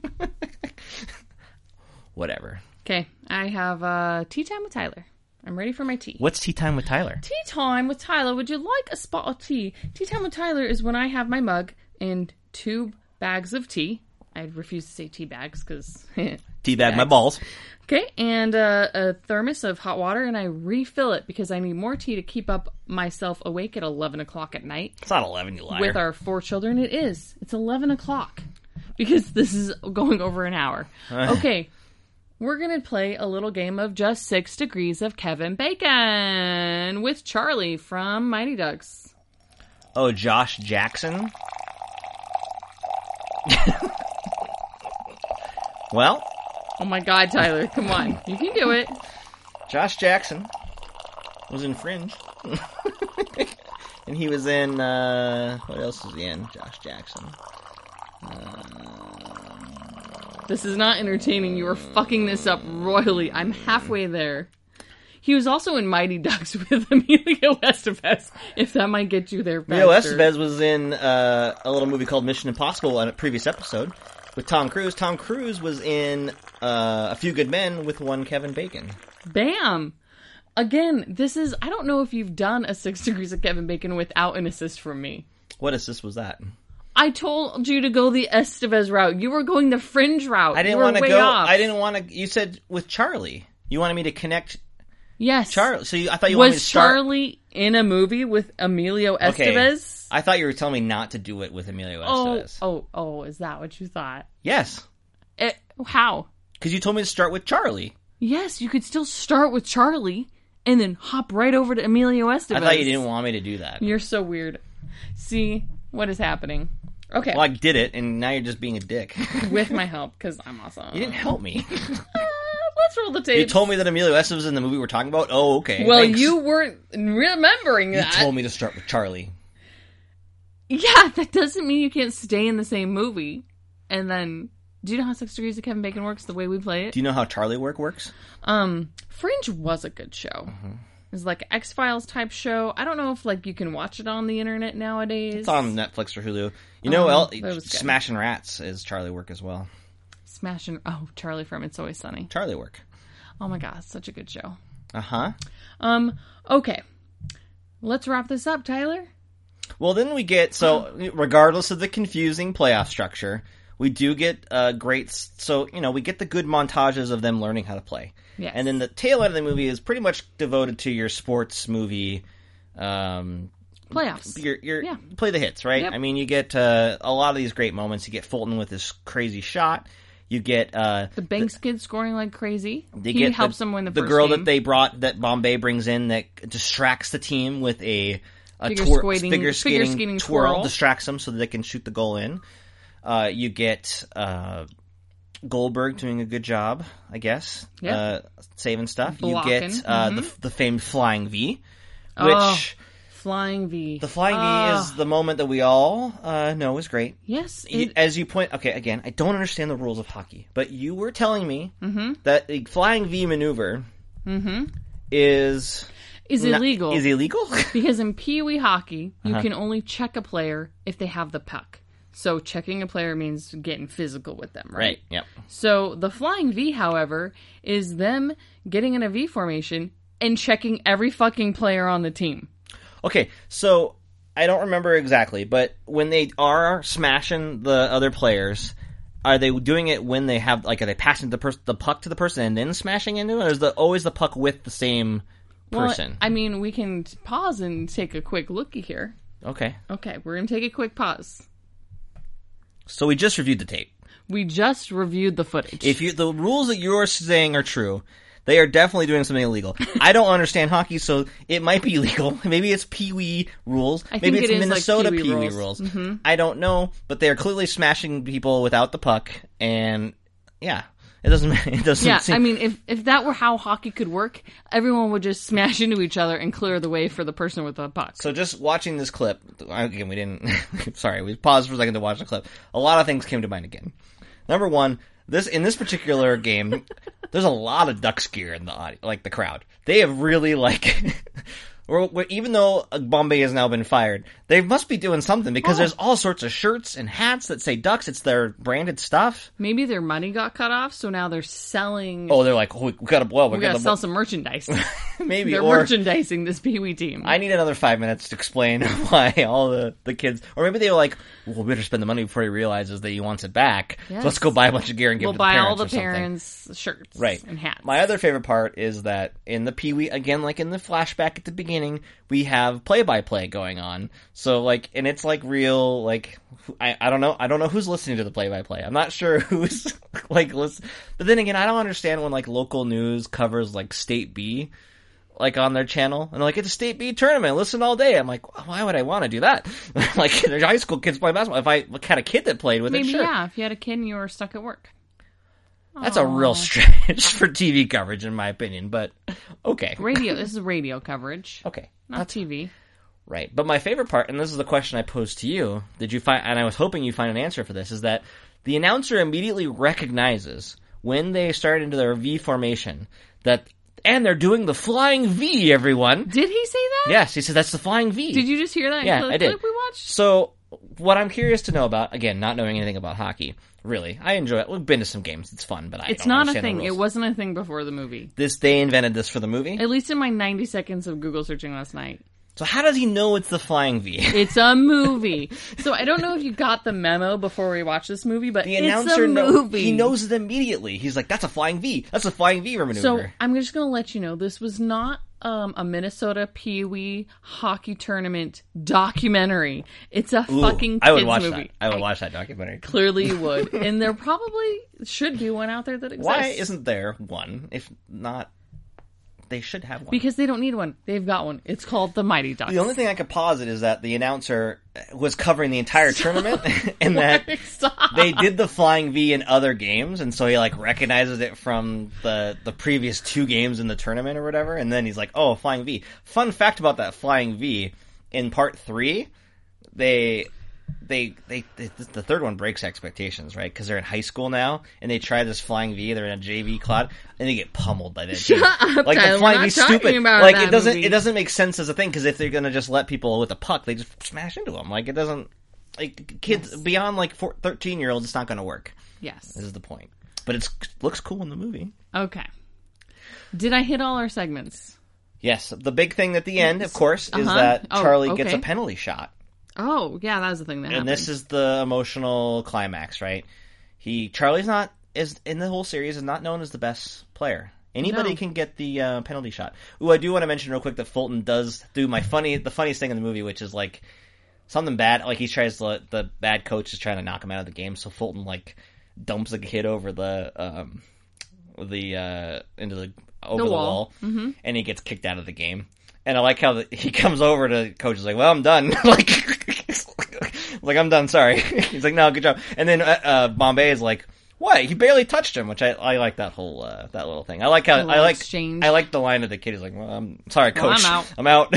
Whatever.
Okay, I have uh, tea time with Tyler. I'm ready for my tea.
What's tea time with Tyler?
Tea time with Tyler. Would you like a spot of tea? Tea time with Tyler is when I have my mug and two bags of tea. I refuse to say tea bags because
Teabag my balls.
Okay, and uh, a thermos of hot water, and I refill it because I need more tea to keep up myself awake at eleven o'clock at night.
It's not eleven, you liar.
With our four children, it is. It's eleven o'clock because this is going over an hour. Okay, we're gonna play a little game of just six degrees of Kevin Bacon with Charlie from Mighty Ducks.
oh, Josh Jackson. well,
Oh my God, Tyler, come on, you can do it.
Josh Jackson was in Fringe. and he was in, uh, what else was he in? Josh Jackson.
This is not entertaining. You are fucking this up royally. I'm halfway there. He was also in Mighty Ducks with Emilio Estevez, if that might get you there faster.
Emilio Estevez was in, uh, a little movie called Mission Impossible on a previous episode with Tom Cruise. Tom Cruise was in, uh, A Few Good Men with one Kevin Bacon.
Bam! Again, this is, I don't know if you've done a Six Degrees of Kevin Bacon without an assist from me.
What assist was that?
I told you to go the Estevez route. You were going the fringe route.
I didn't
want to
go.
Off.
I didn't want to. You said with Charlie. You wanted me to connect
Yes.
Charlie. So you, I thought you wanted me to
Was
start.
Charlie in a movie with Emilio
Okay.
Estevez?
I thought you were telling me not to do it with Emilio
Oh,
Estevez.
oh, oh, is that what you thought?
Yes,
Eh, how?
because you told me to start with Charlie.
Yes, you could still start with Charlie and then hop right over to Emilio Estevez.
I thought you didn't want me to do that.
You're so weird. See what is happening. Okay,
Well, I did it, and now you're just being a dick. you
with my help because I'm awesome. Ah,
didn't help me.
Let's roll the tape.
you told me that Emilio Estevez was in the movie we're talking about. Oh, okay.
Well,
thanks.
you weren't remembering
You
that.
told me to start with Charlie.
Yeah, that doesn't mean you can't stay in the same movie. And then, do you know how Six Degrees of Kevin Bacon works? The way we play it.
Do you know how Charlie work works?
Um, Fringe was a good show.
Mm-hmm.
It's like X Files type show. I don't know if like you can watch it on the internet nowadays.
It's on Netflix or Hulu. You know,
Um,
El-
that was good.
Smashing Rats is Charlie work as well.
Smashing. Oh, Charlie from It's Always Sunny.
Charlie work.
Oh my gosh, such a good show.
Uh huh.
Um, okay. Let's wrap this up, Tyler.
Well, then we get so regardless of the confusing playoff structure, we do get uh, great. s- So you know we get the good montages of them learning how to play.
Yes.
And then the tail end of the movie is pretty much devoted to your sports movie. Um,
Playoffs.
your your
Yeah.
play the hits, right?
Yep.
I mean, you get uh, a lot of these great moments. You get Fulton with this crazy shot. You get uh,
the Banks kid scoring like crazy.
they
he
get
helps
the,
them win the,
the
first
girl that
game.
they brought that Bombay brings in that distracts the team with a a
Figure
twir-
skating- figure
figure skating
skating
twirl,
twirl.
distracts them so that they can shoot the goal in. Uh, you get uh, Goldberg doing a good job, I guess,
Yeah.
uh, saving stuff.
Blocking. Mm-hmm.
You get uh, the, the famed Flying V, which
Oh. Flying V.
the Flying V is the moment that we all uh, know is great.
yes.
You-
It,
as you point, okay, again, I don't understand the rules of hockey, but you were telling me
Mm-hmm.
that the Flying V maneuver is
is
not-
Mm-hmm. illegal.
Is Uh-huh. illegal?
Because in Pee Wee hockey, you can only check a player if they have the puck. So checking a player means getting physical with them, right?
Yep.
So the flying V, however, is them getting in a V formation and checking every fucking player on the team.
Okay, so I don't remember exactly, but when they are smashing the other players, are they doing it when they have like are they passing the pers- the puck to the person and then smashing into it, or is the always the puck with the same person?
I mean, we can t- pause and take a quick looky here.
okay,
Okay, we're gonna take a quick pause.
so we just reviewed the tape.
We just reviewed the footage.
If you the rules that you're saying are true, they are definitely doing something illegal. I don't understand hockey, so it might be illegal. Maybe it's Pee Wee rules.
I
Maybe
think
it's
it is, like,
Minnesota
Pee Wee
Pee Wee
rules. Mm-hmm.
rules. I don't know, but they are clearly smashing people without the puck, and yeah, it doesn't. ma- It doesn't.
yeah,
seem,
I mean, if if that were how hockey could work, everyone would just smash into each other and clear the way for the person with the puck.
So just watching this clip again, we didn't. sorry, we paused for a second to watch the clip. A lot of things came to mind again. Number one, this in this particular game, there's a lot of Ducks gear in the audio, like the crowd. They have really like, or, or even though Bombay has now been fired, they must be doing something because there's all sorts of shirts and hats that say Ducks. It's their branded stuff.
Maybe their money got cut off, so now they're selling.
Oh, they're like, oh, we gotta blow. We,
we
gotta,
gotta
blow.
sell some merchandise.
maybe
they're
or
merchandising this Pee Wee team.
I need another five minutes to explain why all the, the kids, or maybe they were like, "Well, we better spend the money before he realizes that he wants it back. So let's
Yes.
go buy a bunch of gear and give
we'll
it to
buy
the parents
all the
or something."
parents' shirts,
right
and hats.
My other favorite part is that in the Pee Wee again, like in the flashback at the beginning, we have play by play going on. So like, and it's like real like I, I don't know I don't know who's listening to the play by play. I'm not sure who's like listen. But then again, I don't understand when like local news covers like state B. Like on their channel, and they're like it's a state B tournament. Listen all day. I'm like, why would I want to do that? like, there's high school kids playing basketball. If I had a kid that played with
maybe
it, sure.
yeah. If you had a kid and you were stuck at work,
That's a real stretch for TV coverage, in my opinion, but okay.
radio. this is radio coverage,
Okay.
not TV.
Right. But my favorite part, and this is the question I posed to you, did you find, and I was hoping you find an answer for this, is that the announcer immediately recognizes when they start into their V formation that, and they're doing the flying V, everyone.
Did he say that?
Yes, he said that's the flying V.
Did you just hear that? in the
Yeah, I did.
clip we watched.
So, what I'm curious to know about, again, not knowing anything about hockey, really, I enjoy it. We've been to some games; it's fun, but I
It's
don't
not a
understand the
thing. It
rules.
wasn't a thing before the movie.
this. They invented this for the movie.
At least in my 90 seconds of Google searching last night.
So how does he know it's the flying V?
It's a movie. so I don't know if you got the memo before we watched this movie, but
The
it's
announcer
a
know-
movie.
he knows it immediately. He's like, "That's a flying V. That's a flying V maneuver."
So I'm just going to let you know this was not um, a Minnesota Pee Wee hockey tournament documentary. It's a
Ooh,
fucking kids
I would watch
movie.
that. I would watch that documentary.
Clearly you would. and there probably should be one out there that exists.
Why isn't there one? If not, they should have one.
Because they don't need one. They've got one. It's called The Mighty Ducks.
the only thing I could posit is that the announcer was covering the entire tournament, and that
Stop.
they did the flying V in other games, and so he like recognizes it from the the previous two games in the tournament or whatever, and then he's like, "Oh, flying V." Fun fact about that flying V in part three, they. They, they they the third one breaks expectations right because they're in high school now and they try this flying V they're in a JV cloud and they get pummeled by that Shut
up,
like
Tyler,
the flying
we're
V's
not talking
stupid
about
like it
that
doesn't
movie.
it doesn't make sense as a thing because if they're gonna just let people with a puck they just smash into them like it doesn't like kids beyond like four, 13 year olds it's not going to work
Yes.
this is the point but it's looks cool in the movie
Okay. Did I hit all our segments?
yes the big thing at the end of course is
Uh-huh.
that
Oh,
charlie gets a
okay.
penalty shot
Oh, yeah, that was the thing that happened.
and this is the emotional climax right he charlie's not is in the whole series is not known as the best player anybody
No.
can get the uh, penalty shot ooh i do want to mention real quick that fulton does do my funny the funniest thing in the movie which is like something bad like he tries to the bad coach is trying to knock him out of the game so fulton like dumps a kid over the um the uh into the over the,
wall. Mm-hmm.
wall, and he gets kicked out of the game and i like how the, he comes over to the coach is like well i'm done like Like, I'm done. Sorry. He's like, no, good job. And then uh, uh, Bombay is like, what? He barely touched him, which I, I like that whole uh, that little thing. I like how
little
I like
exchange.
I like the line of the kid. He's like, well, I'm sorry,
Well, I'm
coach.
out.
I'm out.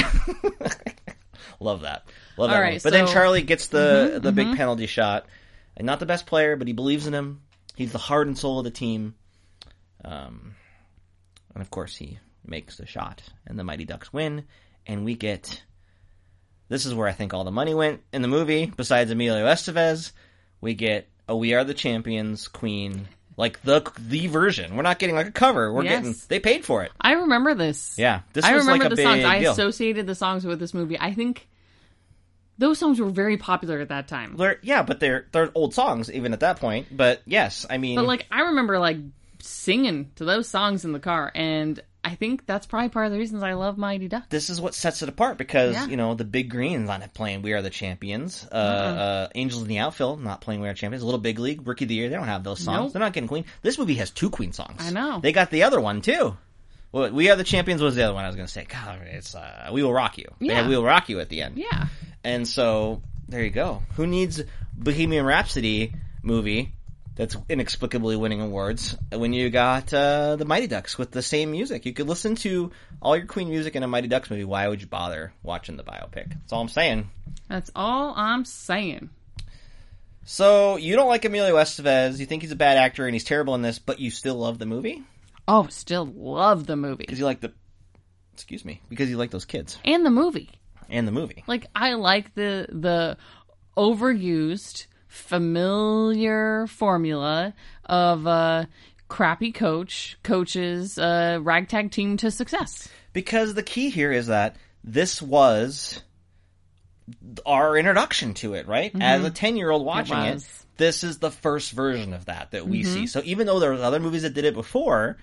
Love that. Love that.
All
one.
right,
but then
so- Mm-hmm,
Charlie gets the the big penalty shot, and not the best player, but he believes in him. He's the heart and soul of the team. Um, and of course he makes the shot, and the Mighty Ducks win, and we get. This is where I think all the money went in the movie. Besides Emilio Estevez, we get a "We Are the Champions" Queen, like the the version. We're not getting like a cover. We're
Yes.
getting they paid for it.
I remember this.
Yeah, this
I
was
remember
like a
the songs.
big
I
deal.
associated the songs with this movie. I think those songs were very popular at that time.
They're, yeah, but they're they're old songs even at that point. But yes, I mean,
But like I remember like singing to those songs in the car and I think that's probably part of the reasons I love Mighty Ducks.
this is what sets it apart because
Yeah.
you know the big greens on it playing "We Are the Champions," uh,
Uh-huh.
uh, "Angels in the Outfield" not playing "We Are Champions," "Little Big League," "Rookie of the Year." They don't have those songs.
Nope.
They're not getting Queen. This movie has two Queen songs.
I know.
They got the other one too. Well, "We Are the Champions" was the other one I was going to say. God, it's uh, "We Will Rock You." They
Yeah.
had "We Will Rock You" at the end.
Yeah.
And so there you go. Who needs Bohemian Rhapsody movie that's inexplicably winning awards when you got uh, the Mighty Ducks with the same music? You could listen to all your Queen music in a Mighty Ducks movie. Why would you bother watching the biopic? That's all I'm saying.
That's all I'm saying.
So you don't like Emilio Estevez. You think he's a bad actor and he's terrible in this, but you still love the movie
Oh, still love the movie.
because you like the. Excuse me, because you like those kids
And the movie.
and the movie.
Like I like the the overused familiar formula of uh crappy coach coaches uh ragtag team to success.
Because the key here is that this was our introduction to it, right? As a 10 year old watching it,
Mm-hmm. was. Mm-hmm.
this is the first version of that that we see. So even though there was other movies that did it before,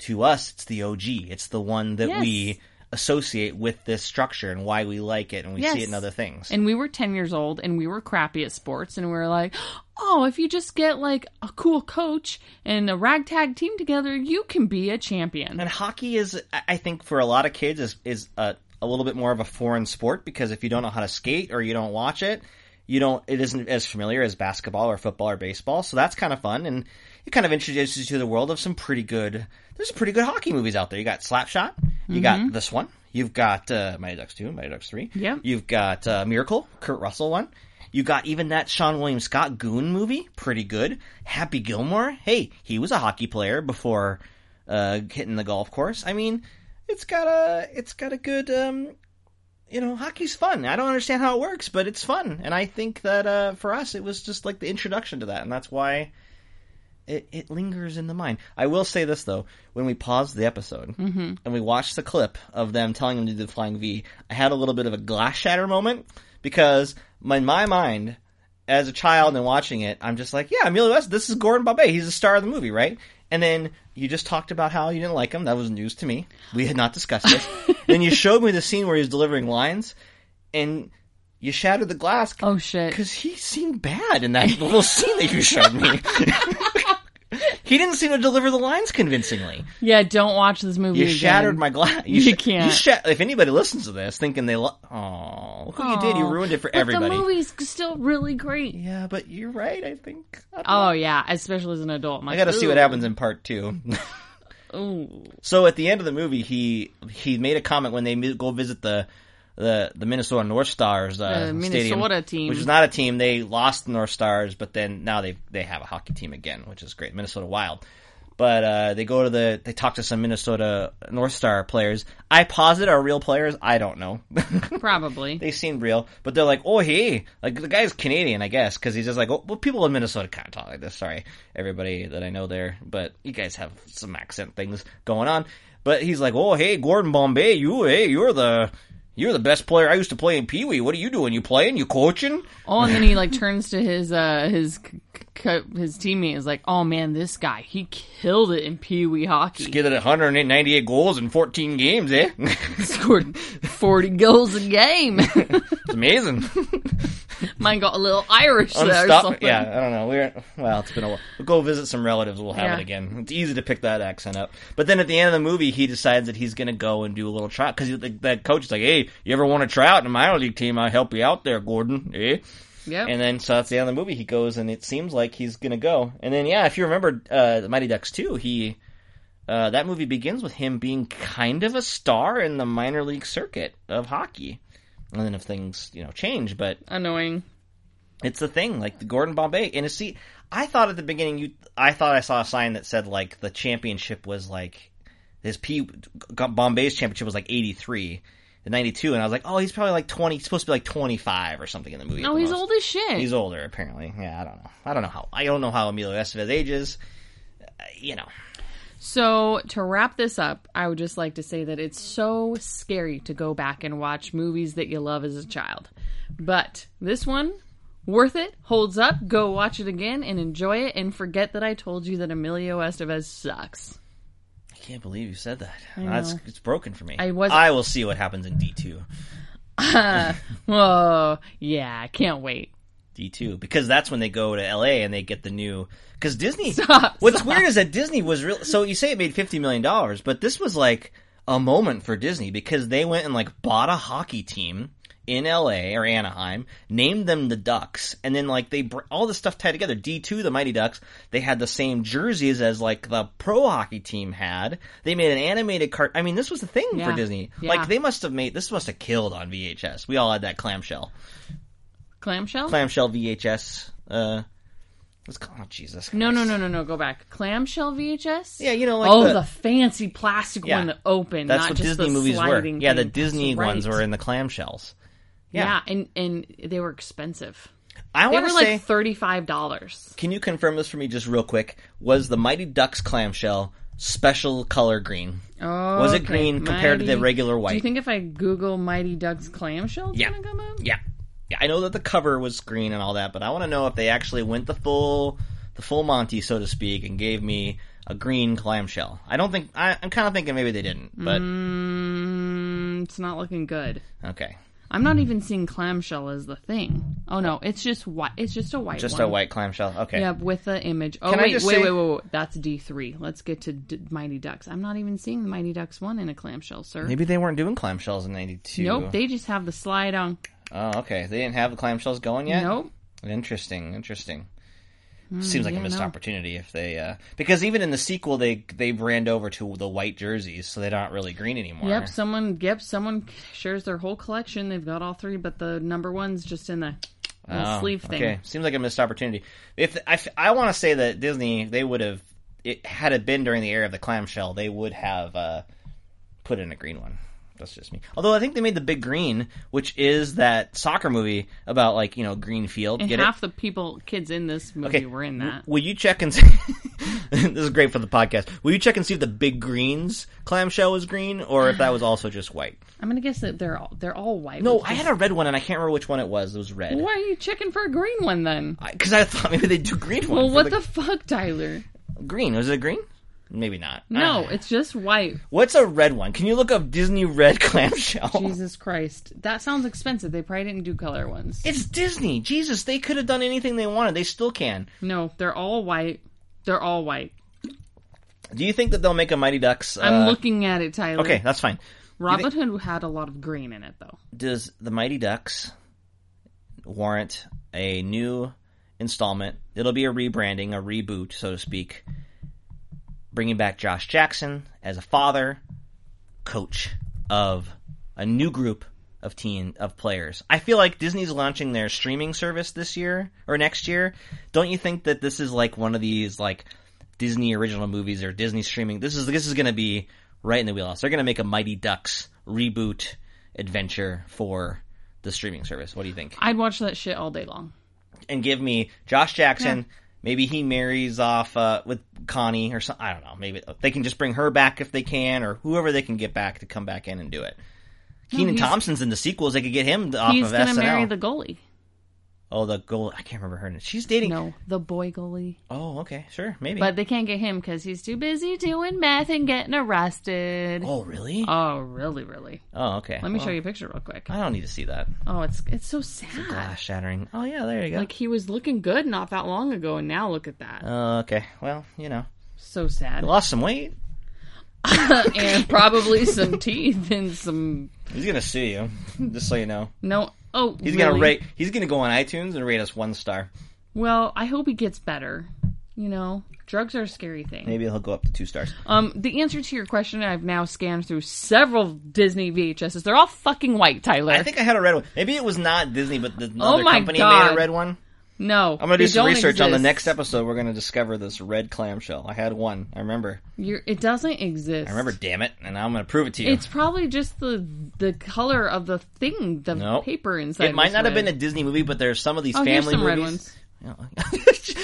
to us, it's the OG. It's the one that
Yes.
we associate with this structure and why we like it and we see it
Yes.
in other things.
And we were 10 years old and we were crappy at sports and we were like, "Oh, if you just get like a cool coach and a ragtag team together, you can be a champion."
And hockey is, I I think, for a lot of kids, is is a, a little bit more of a foreign sport because if you don't know how to skate or you don't watch it, you don't. It isn't as familiar as basketball or football or baseball. So that's kind of fun, and it kind of introduces you to the world of some pretty good. There's some pretty good hockey movies out there. You got Slapshot. You got Mm-hmm. this one. You've got uh, Mighty Ducks two, Mighty Ducks three.
Yep.
You've got uh, Miracle, Kurt Russell one. You got even that Sean William Scott Goon movie, pretty good. Happy Gilmore, hey, he was a hockey player before uh, hitting the golf course. I mean, it's got a it's got a good um, you know hockey's fun. I don't understand how it works, but it's fun, and I think that uh, for us it was just like the introduction to that, and that's why it, it lingers in the mind. I will say this though, when we paused the episode and we watched the clip of them telling him to do the flying V, I had a little bit of a glass shatter moment because my- in my mind, as a child and watching it, I'm just like, yeah, Emilio West, this is Gordon Bombay. He's the star of the movie, right? And then you just talked about how you didn't like him. That was news to me. We had not discussed it. then you showed me the scene where he was delivering lines, and you shattered the glass
Oh shit.
because he seemed bad in that little scene that you showed me. he didn't seem to deliver the lines convincingly.
Yeah, don't watch this movie
You
again.
shattered my glass. You,
You
sh-
can't.
You sha- if anybody listens to this, thinking they lo- oh, who you did, you ruined it for
But
everybody.
the movie's still really great.
yeah, but you're right. I think. I don't know.
Oh yeah, especially as an adult. I'm
I
like,
got to see what
"Ooh."
happens in part two. So at the end of the movie, he he made a comment when they mi- go visit the the the Minnesota North Stars uh,
The
stadium,
Minnesota team.
which is not a team. They lost the North Stars, but then now they they have a hockey team again, which is great. Minnesota Wild. But uh, they go to the they talk to some Minnesota North Star players. I posit are real players. I don't know.
Probably.
they seem real, but they're like, oh hey, like the guy's Canadian, I guess, because he's just like, oh, well, people in Minnesota kind of talk like this. Sorry, everybody that I know there, but you guys have some accent things going on. But he's like, oh hey, Gordon Bombay, you hey, you're the you're the best player I used to play in Pee Wee. What are you doing? You playing? You coaching?
Oh, and then he like turns to his uh his c- c- his teammate and is like, "Oh man, this guy, he killed it in Pee Wee hockey.
Get it 198 goals in 14 games, eh?
Scored 40 goals a game."
it's amazing.
Mine got a little Irish
Oh,
there or
Unstop-
something.
yeah, I don't know. We're well, it's been a while. We'll go visit some relatives. We'll have
Yeah.
it again. It's easy to pick that accent up. But then at the end of the movie, he decides that he's going to go and do a little tryout because the, the coach is like, "Hey, you ever want to try out in a minor league team? I'll help you out there, Gordon." Eh?
Yep.
And then so that's the end of the movie. He goes, and it seems like he's gonna go. And then yeah, if you remember uh, Mighty Ducks two, he uh, that movie begins with him being kind of a star in the minor league circuit of hockey. And then if things you know change, but
Annoying.
it's the thing, like the Gordon Bombay. And it's- see, I thought at the beginning, you, I thought I saw a sign that said like the championship was like his P Bombay's championship was like eighty three, the ninety two, and I was like, oh, he's probably like twenty, he's supposed to be like twenty five or something in the movie. at
No,
the
Oh, he's
most.
old as shit.
He's older apparently. Yeah, I don't know. I don't know how. I don't know how Emilio Estevez ages. Uh, you know,
So, to wrap this up, I would just like to say that it's so scary to go back and watch movies that you love as a child. But this one, worth it, holds up. Go watch it again and enjoy it and forget that I told you that Emilio Estevez sucks.
I can't believe you said that. That's it's broken for me.
I was-
I will see what happens in D two.
Whoa, Oh, yeah, I can't wait.
D two because that's when they go to L.A. and they get the new because Disney. Stop, what's weird is that Disney was real. So you say it made fifty million dollars, but this was like a moment for Disney because they went and like bought a hockey team in L.A. or Anaheim, named them the Ducks, and then like they br- all this stuff tied together. D two, the Mighty Ducks, they had the same jerseys as like the pro hockey team had. They made an animated cart. I mean, this was the thing for
Yeah.
Disney.
Yeah.
Like they must have made this must have killed on VHS. We all had that clamshell
Clamshell?
clamshell VHS. Uh, let's call oh, Jesus.
no, no,
Christ.
no, no, no, go back. Clamshell VHS?
Yeah, you know, like
oh,
the-
the, fancy plastic
Yeah.
one that opened.
That's
not
what
just
Disney
the
movies were.
sliding
Yeah, the
thing.
Disney
That's right.
ones were in the clamshells.
Yeah.
Yeah.
and and they were expensive.
I
They
want
were
to say,
like thirty five dollars.
can you confirm this for me just real quick? Was the Mighty Ducks clamshell special color green? Oh, was it green compared to the regular white?
Do you think if I Google Mighty Ducks clamshell, it's
Yeah.
gonna come up?
yeah, yeah. I know that the cover was green and all that, but I want to know if they actually went the full, the full Monty, so to speak, and gave me a green clamshell. I don't think. I, I'm kind of thinking maybe they didn't, but
Mm, it's not looking good.
okay.
I'm not even seeing clamshell as the thing. Oh no, it's just white. It's just a white.
Just
one.
a white clamshell. Okay.
Yeah, with the image. Oh
Can I
wait, wait,
just
wait,
say-
wait, wait, wait. That's D three. Let's get to D- Mighty Ducks. I'm not even seeing the Mighty Ducks one in a clamshell, sir.
Maybe they weren't doing clamshells in '92.
Nope, they just have the slide on.
Oh, okay. They didn't have the clamshells going yet.
Nope. Hmm,
Interesting. Interesting. Seems like
yeah,
a missed
no.
opportunity if they uh, because even in the sequel they they brand over to the white jerseys, so they're not really green anymore.
Yep, someone. Yep, someone shares their whole collection. They've got all three, but the number one's just in the little
Oh,
sleeve thing.
Okay, seems like a missed opportunity. If I, want to say that Disney, they would have it had it been during the era of the clamshell, they would have uh, put in a green one. That's just me. Although I think they made the big green, which is that soccer movie about like you know green field.
And
Get it?
half the people, kids in this movie,
Okay,
were in that.
Will you check and see? this is great for the podcast. Will you check and see if the big greens clamshell was green or if that was also just white?
I'm gonna guess that they're all they're all white.
No,
which
I
is-
had a red one and I can't remember which one it was. It was red
Why are you checking for a green one then?
because I, thought maybe they do green one.
Well,
for
what the fuck, Tyler?
green? Was it green? Maybe not.
No,
Ah.
it's just white.
what's a red one? Can you look up Disney red clamshell?
Jesus Christ, that sounds expensive. They probably didn't do color ones.
It's Disney. Jesus, they could have done anything they wanted. They still can.
No, they're all white. They're all white.
Do you think that they'll make a Mighty Ducks? Uh,
I'm looking at it, Tyler.
Okay, that's fine.
Robin Hood had a lot of green in it though.
does the Mighty Ducks warrant a new installment? It'll be a rebranding, a reboot, so to speak, bringing back Josh Jackson as a father, coach of a new group of teen of players. I feel like Disney's launching their streaming service this year or next year. Don't you think that this is like one of these like Disney original movies or Disney streaming? This is this is going to be right in the wheelhouse. They're going to make a Mighty Ducks reboot adventure for the streaming service. What do you think?
I'd watch that shit all day long.
And give me Josh Jackson. Maybe he marries off uh, with Connie or something. I don't know. Maybe they can just bring her back if they can, or whoever they can get back to come back in and do it. Keenan
he's-
Thompson's in the sequels. They could get him off
He's
of
gonna
SNL.
marry the goalie.
oh, the goal. I can't remember her name. She's dating.
No, the boy goalie.
Oh, okay, sure, maybe.
But they can't get him because he's too busy doing meth and getting arrested.
oh, really?
Oh, really, really?
oh, okay.
Let me
Well,
show you a picture real quick.
I don't need to see that.
Oh, it's it's so sad.
Glass shattering. Oh yeah, there you go.
Like he was looking good not that long ago, and now look at that.
Uh, okay. Well, you know,
So sad.
lost some weight.
and probably some teeth and some
He's gonna sue you, just so you know.
no. Oh,
He's
really?
gonna rate. He's gonna go on iTunes and rate us one star.
Well, I hope he gets better. You know, drugs are a scary thing.
Maybe he'll go up to two stars.
Um, the answer to your question, I've now scanned through several Disney VHSs. They're all fucking white, Tyler.
I think I had a red one. Maybe it was not Disney, but the
Oh
other
my
company made
God.
a red one.
no.
I'm gonna do
they
some
don't
research on the
exist.
next episode. We're gonna discover this red clamshell. I had one. I remember.
You're, it doesn't exist.
I remember. Damn it! And I'm gonna prove it to you.
It's probably just the the color of the thing, the
No.
paper inside.
it might
was
not have
red.
been a Disney movie, but there's some of these
Oh,
family
here's some
movies.
red ones.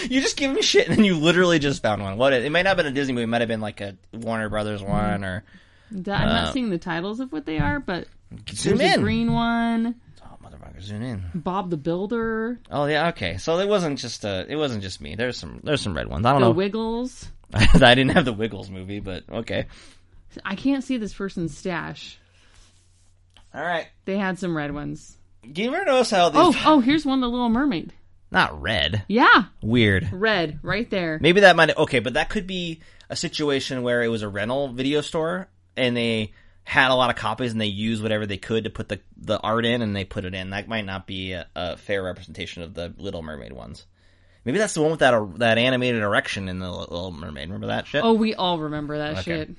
you just give me shit, and then you literally just found one. What? It, it might not have been a Disney movie. It might have been like a Warner Brothers one or.
D- I'm not seeing the titles of what they are, but
Uh, Zoom
there's a
in.
green one.
Oh, motherfucker, zoom in.
Bob the Builder,
Oh yeah, okay. So it wasn't just uh, it wasn't just me. There's some there's some red ones. I don't
The
know.
Wiggles.
I didn't have the Wiggles movie, but okay.
I can't see this person's stash.
All right.
They had some red ones.
Do you ever notice how these?
Oh, oh, here's one, The Little Mermaid.
Not red.
Yeah,
Weird.
red, right there.
Maybe that might okay, but that could be a situation where it was a rental video store and they had a lot of copies and they used whatever they could to put the the art in and they put it in. That might not be a, a fair representation of the Little Mermaid ones. Maybe that's the one with that that animated erection in the Little Mermaid. Remember that shit?
Oh, we all remember that
Okay.
shit.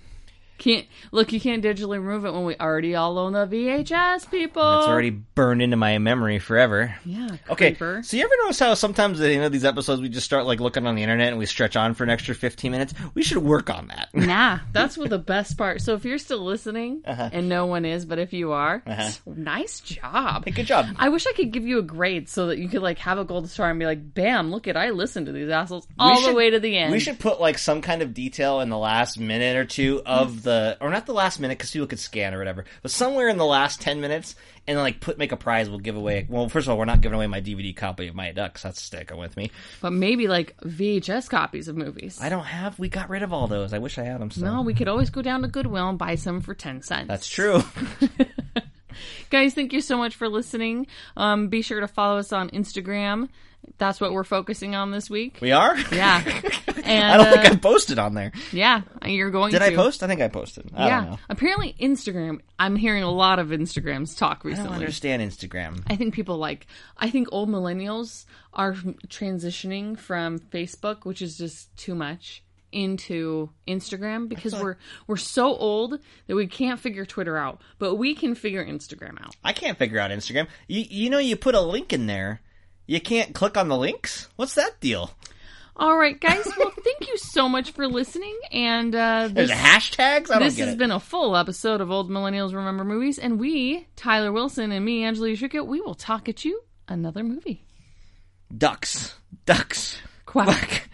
Can't look. You can't digitally remove it when we already all own the VHS, people.
It's already burned into my memory forever.
yeah.
Okay,
creeper.
so you ever notice how sometimes at the end of these episodes we just start like looking on the internet and we stretch on for an extra fifteen minutes? We should work on that.
Nah, that's what the best part. So if you're still listening,
Uh-huh.
and no one is, but if you are, nice job.
Hey, good job.
I wish I could give you a grade so that you could like have a gold star and be like, "Bam! Look at I listened to these assholes all
We
the
should-
way to the end."
We should put like some kind of detail in the last minute or two
Mm.
of the, or not the last minute because people could scan or whatever, but somewhere in the last ten minutes, and like put make a prize. We'll give away. Well, first of all, we're not giving away my DVD copy of My Ducks. That's sticking with me.
but maybe like VHS copies of movies.
I don't have. We got rid of all those. I wish I had them. Still.
no, we could always go down to Goodwill and buy some for ten cents.
that's true.
guys thank you so much for listening um, be sure to follow us on instagram that's what we're focusing on this week
We are.
yeah
I
and
don't think
uh,
I posted on there.
yeah you're going
Did
to
I post? I think I posted. I
yeah
don't know.
apparently instagram i'm hearing a lot of instagrams talk
I don't
recently
understand Instagram.
I think people like. I think old millennials are transitioning from Facebook, which is just too much, into Instagram because we're we're so old that we can't figure Twitter out, but we can figure Instagram out.
I can't figure out Instagram. You you know you put a link in there. You can't click on the links. What's that deal?
All right, guys. Well, thank you so much for listening. And uh,
There's
this,
hashtags. I don't
this
get
has
it.
been a full episode of Old Millennials Remember Movies. And we, Tyler Wilson and me, Angela Shuka, we will talk at you another movie.
ducks. Ducks.
Quack.